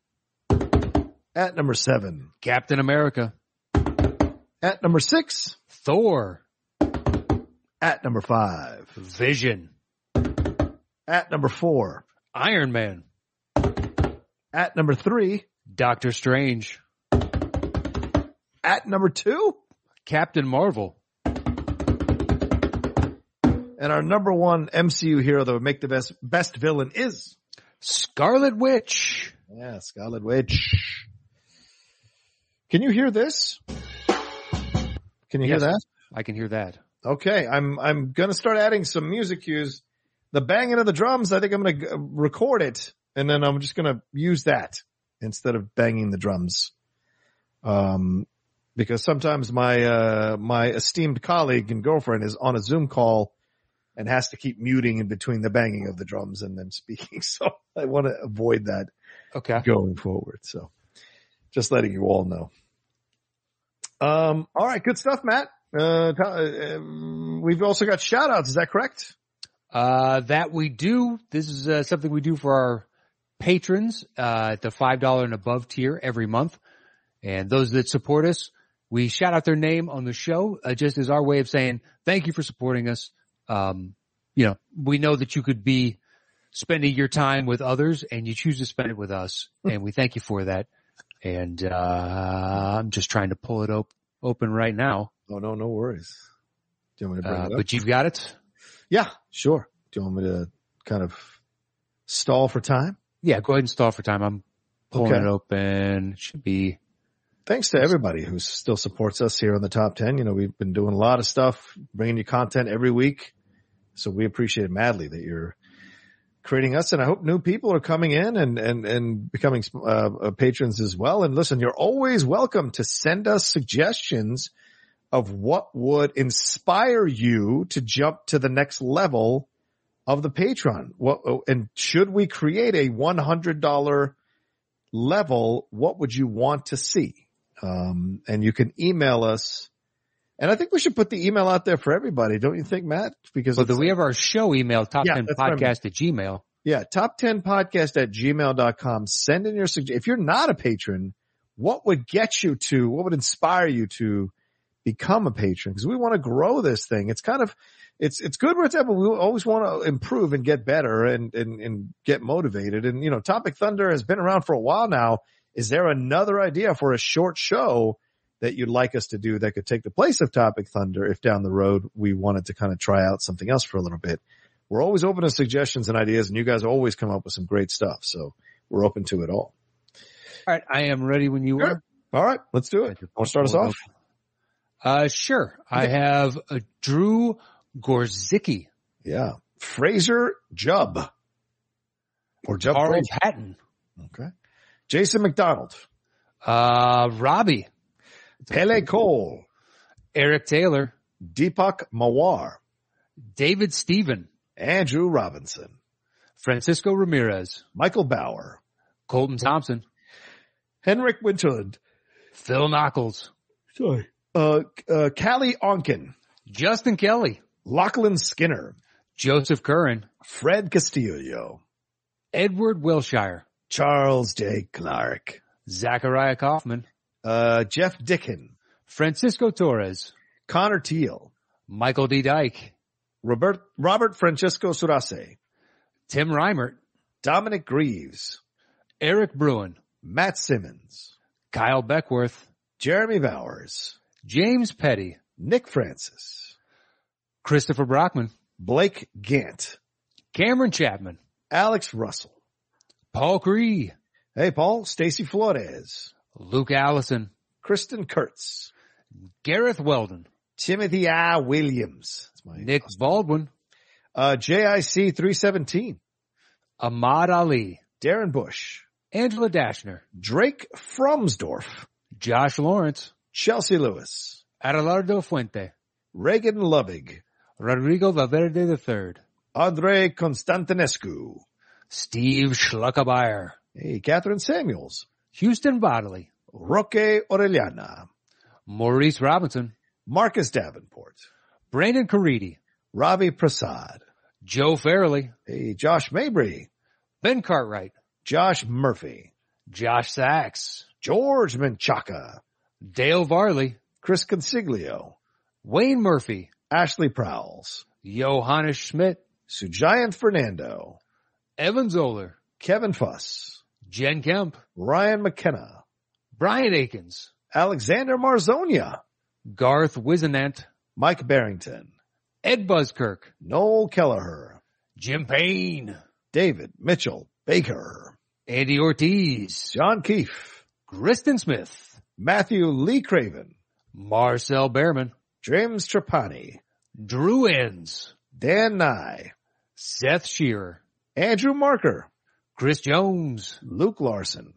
At number seven. Captain America, At number six. Thor, At number five. Vision, At number four. Iron Man, At number three. Doctor Strange, At number two. Captain Marvel, And our number one MCU hero that would make the best, best villain is. Scarlet Witch. Yeah, Scarlet Witch. Can you hear this? Can you Yes. hear that? I can hear that. Okay, I'm I'm gonna start adding some music cues. The banging of the drums. I think I'm gonna g- record it, and then I'm just gonna use that instead of banging the drums. Um, because sometimes my uh my esteemed colleague and girlfriend is on a Zoom call and has to keep muting in between the banging of the drums and them speaking. So I want to avoid that Okay. going forward. So just letting you all know. Um, all right. Good stuff, Matt. Uh, t- uh, um, we've also got shout outs. Is that correct? Uh, that we do. This is uh, something we do for our patrons uh, at the five dollar and above tier every month, and those that support us, we shout out their name on the show, uh, just as our way of saying thank you for supporting us. Um, you know, we know that you could be spending your time with others, and you choose to spend it with us, Hmm. and we thank you for that. And uh, I'm just trying to pull it op- open right now, Oh, no, no worries. Do you want me to bring uh, it up? but you've got it. yeah, sure. Do you want me to kind of stall for time? Yeah, go ahead and stall for time. I'm pulling Okay. it open. It should be Thanks to everybody who still supports us here on the top 10. You know, we've been doing a lot of stuff, bringing you content every week. So we appreciate it madly that you're creating us. And I hope new people are coming in and, and, and becoming uh, patrons as well. And listen, you're always welcome to send us suggestions of what would inspire you to jump to the next level of the patron. What, uh, and should we create a $100 level? What would you want to see? Um, and you can email us. And I think we should put the email out there for everybody, don't you think, Matt? Because well, we have our show email, top yeah, 10 podcast at Gmail. Yeah, top 10 podcast at gmail.com. Send in your suggestion. If you're not a patron, what would get you to, what would inspire you to become a patron? Because we want to grow this thing. It's kind of, it's, it's good where it's at, but we always want to improve and get better and, and, and get motivated. And, you know, Topic Thunder has been around for a while now. Is there another idea for a short show? that you'd like us to do that could take the place of Topic Thunder if down the road we wanted to kind of try out something else for a little bit. We're always open to suggestions and ideas and you guys always come up with some great stuff. So we're open to it all. All right. I am ready when you sure. are. All right. Let's do it. Want to start us off? Uh, sure. I have uh, Drew Gorzicki. Yeah. Fraser Jubb. Or Jubb Carl Fraser. Patton. Okay. Jason McDonald. Uh, Robbie. Pele Cole, Eric Taylor, Deepak Mawar, David Stephen, Andrew Robinson, Francisco Ramirez, Michael Bauer, Colton Thompson, Henrik Winterland, Phil Knuckles, sorry, uh, uh, Callie Onken, Justin Kelly, Lachlan Skinner, Joseph Curran, Fred Castillo, Edward Wilshire, Charles J. Clark, Zachariah Kaufman, uh, Jeff Dickin, Francisco Torres, Connor Teal, Michael D. Dyke, Robert, Robert Francisco Surase, Tim Reimert, Dominic Greaves, Eric Bruin, Matt Simmons, Kyle Beckworth, Jeremy Bowers, James Petty, Nick Francis, Christopher Brockman, Blake Gant, Cameron Chapman, Alex Russell, Paul Cree. Hey, Paul, Stacy Flores. Luke Allison, Kristen Kurtz, Gareth Weldon, Timothy I. Williams, Nick question. Baldwin, uh, JIC 317, Ahmad Ali, Darren Bush, Angela Dashner, Drake Fromsdorf, Josh Lawrence, Chelsea Lewis, Adelardo Fuente, Reagan Lovig, Rodrigo Valverde III, Andre Constantinescu, Steve Schluckabayer, hey, Catherine Samuels, Houston Bodley, Roque Orellana, Maurice Robinson, Marcus Davenport, Brandon Caridi, Ravi Prasad, Joe Fairley, hey, Josh Mabry, Ben Cartwright, Josh Murphy, Josh Sachs, George Menchaca, Dale Varley, Chris Consiglio, Wayne Murphy, Ashley Prowls, Johannes Schmidt, Sujayan Fernando, Evan Zoller, Kevin Fuss, Jen Kemp, Ryan McKenna, Brian Akins, Alexander Marzonia, Garth Wizenant, Mike Barrington, Ed Buzzkirk, Noel Kelleher, Jim Payne, David Mitchell Baker, Andy Ortiz, John Keefe, Kristen Smith, Matthew Lee Craven, Marcel Behrman, James Trapani, Drew Enns, Dan Nye, Seth Shearer, Andrew Marker, Chris Jones, Luke Larson,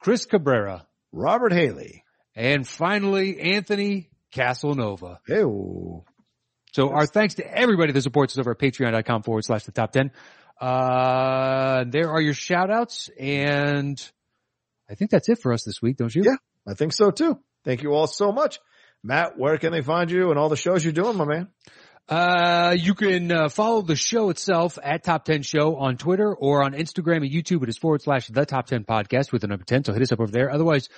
Chris Cabrera, Robert Haley, and finally Anthony Casanova. Ew. So our thanks to everybody that supports us over at patreon.com forward slash the top 10. Uh, there are your shout outs and I think that's it for us this week, don't you? Yeah, I think so too. Thank you all so much. Matt, where can they find you and all the shows you're doing, my man? Uh, you can uh, follow the show itself at Top 10 Show on Twitter or on Instagram and YouTube. It is forward slash the Top 10 Podcast with the number 10. So hit us up over there. Otherwise,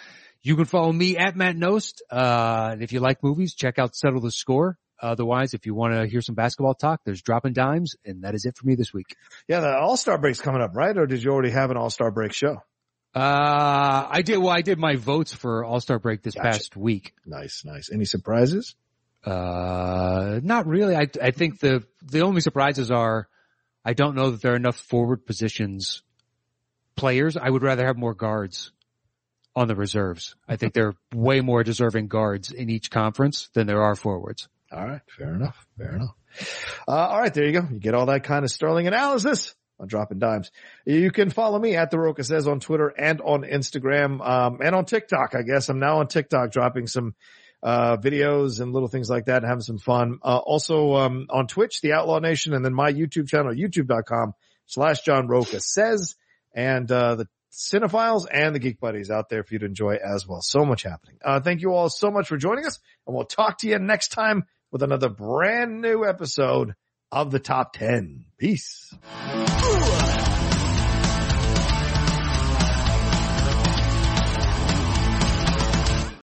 you can follow me at Matt Nost. Uh, and if you like movies, check out Settle the Score. Otherwise, if you want to hear some basketball talk, there's dropping dimes and that is it for me this week. Yeah. The all-star break's coming up, right? Or did you already have an all-star break show? Uh, I did. Well, I did my votes for all-star break this gotcha. past week. Nice. Nice. Any surprises? Uh, not really. I, I think the, the only surprises are I don't know that there are enough forward positions players. I would rather have more guards on the reserves. I think there are way more deserving guards in each conference than there are forwards. All right. Fair enough. Fair enough. Uh, all right. There you go. You get all that kind of sterling analysis on dropping dimes. You can follow me at the Roca says on Twitter and on Instagram, um, and on TikTok, I guess I'm now on TikTok dropping some, uh, videos and little things like that and having some fun. Uh, also, um, on Twitch, the Outlaw Nation and then my YouTube channel, youtube.com slash John Roca says and, uh, the Cinephiles and the Geek Buddies out there for you to enjoy as well. So much happening. Uh, thank you all so much for joining us and we'll talk to you next time with another brand new episode of the top 10. Peace.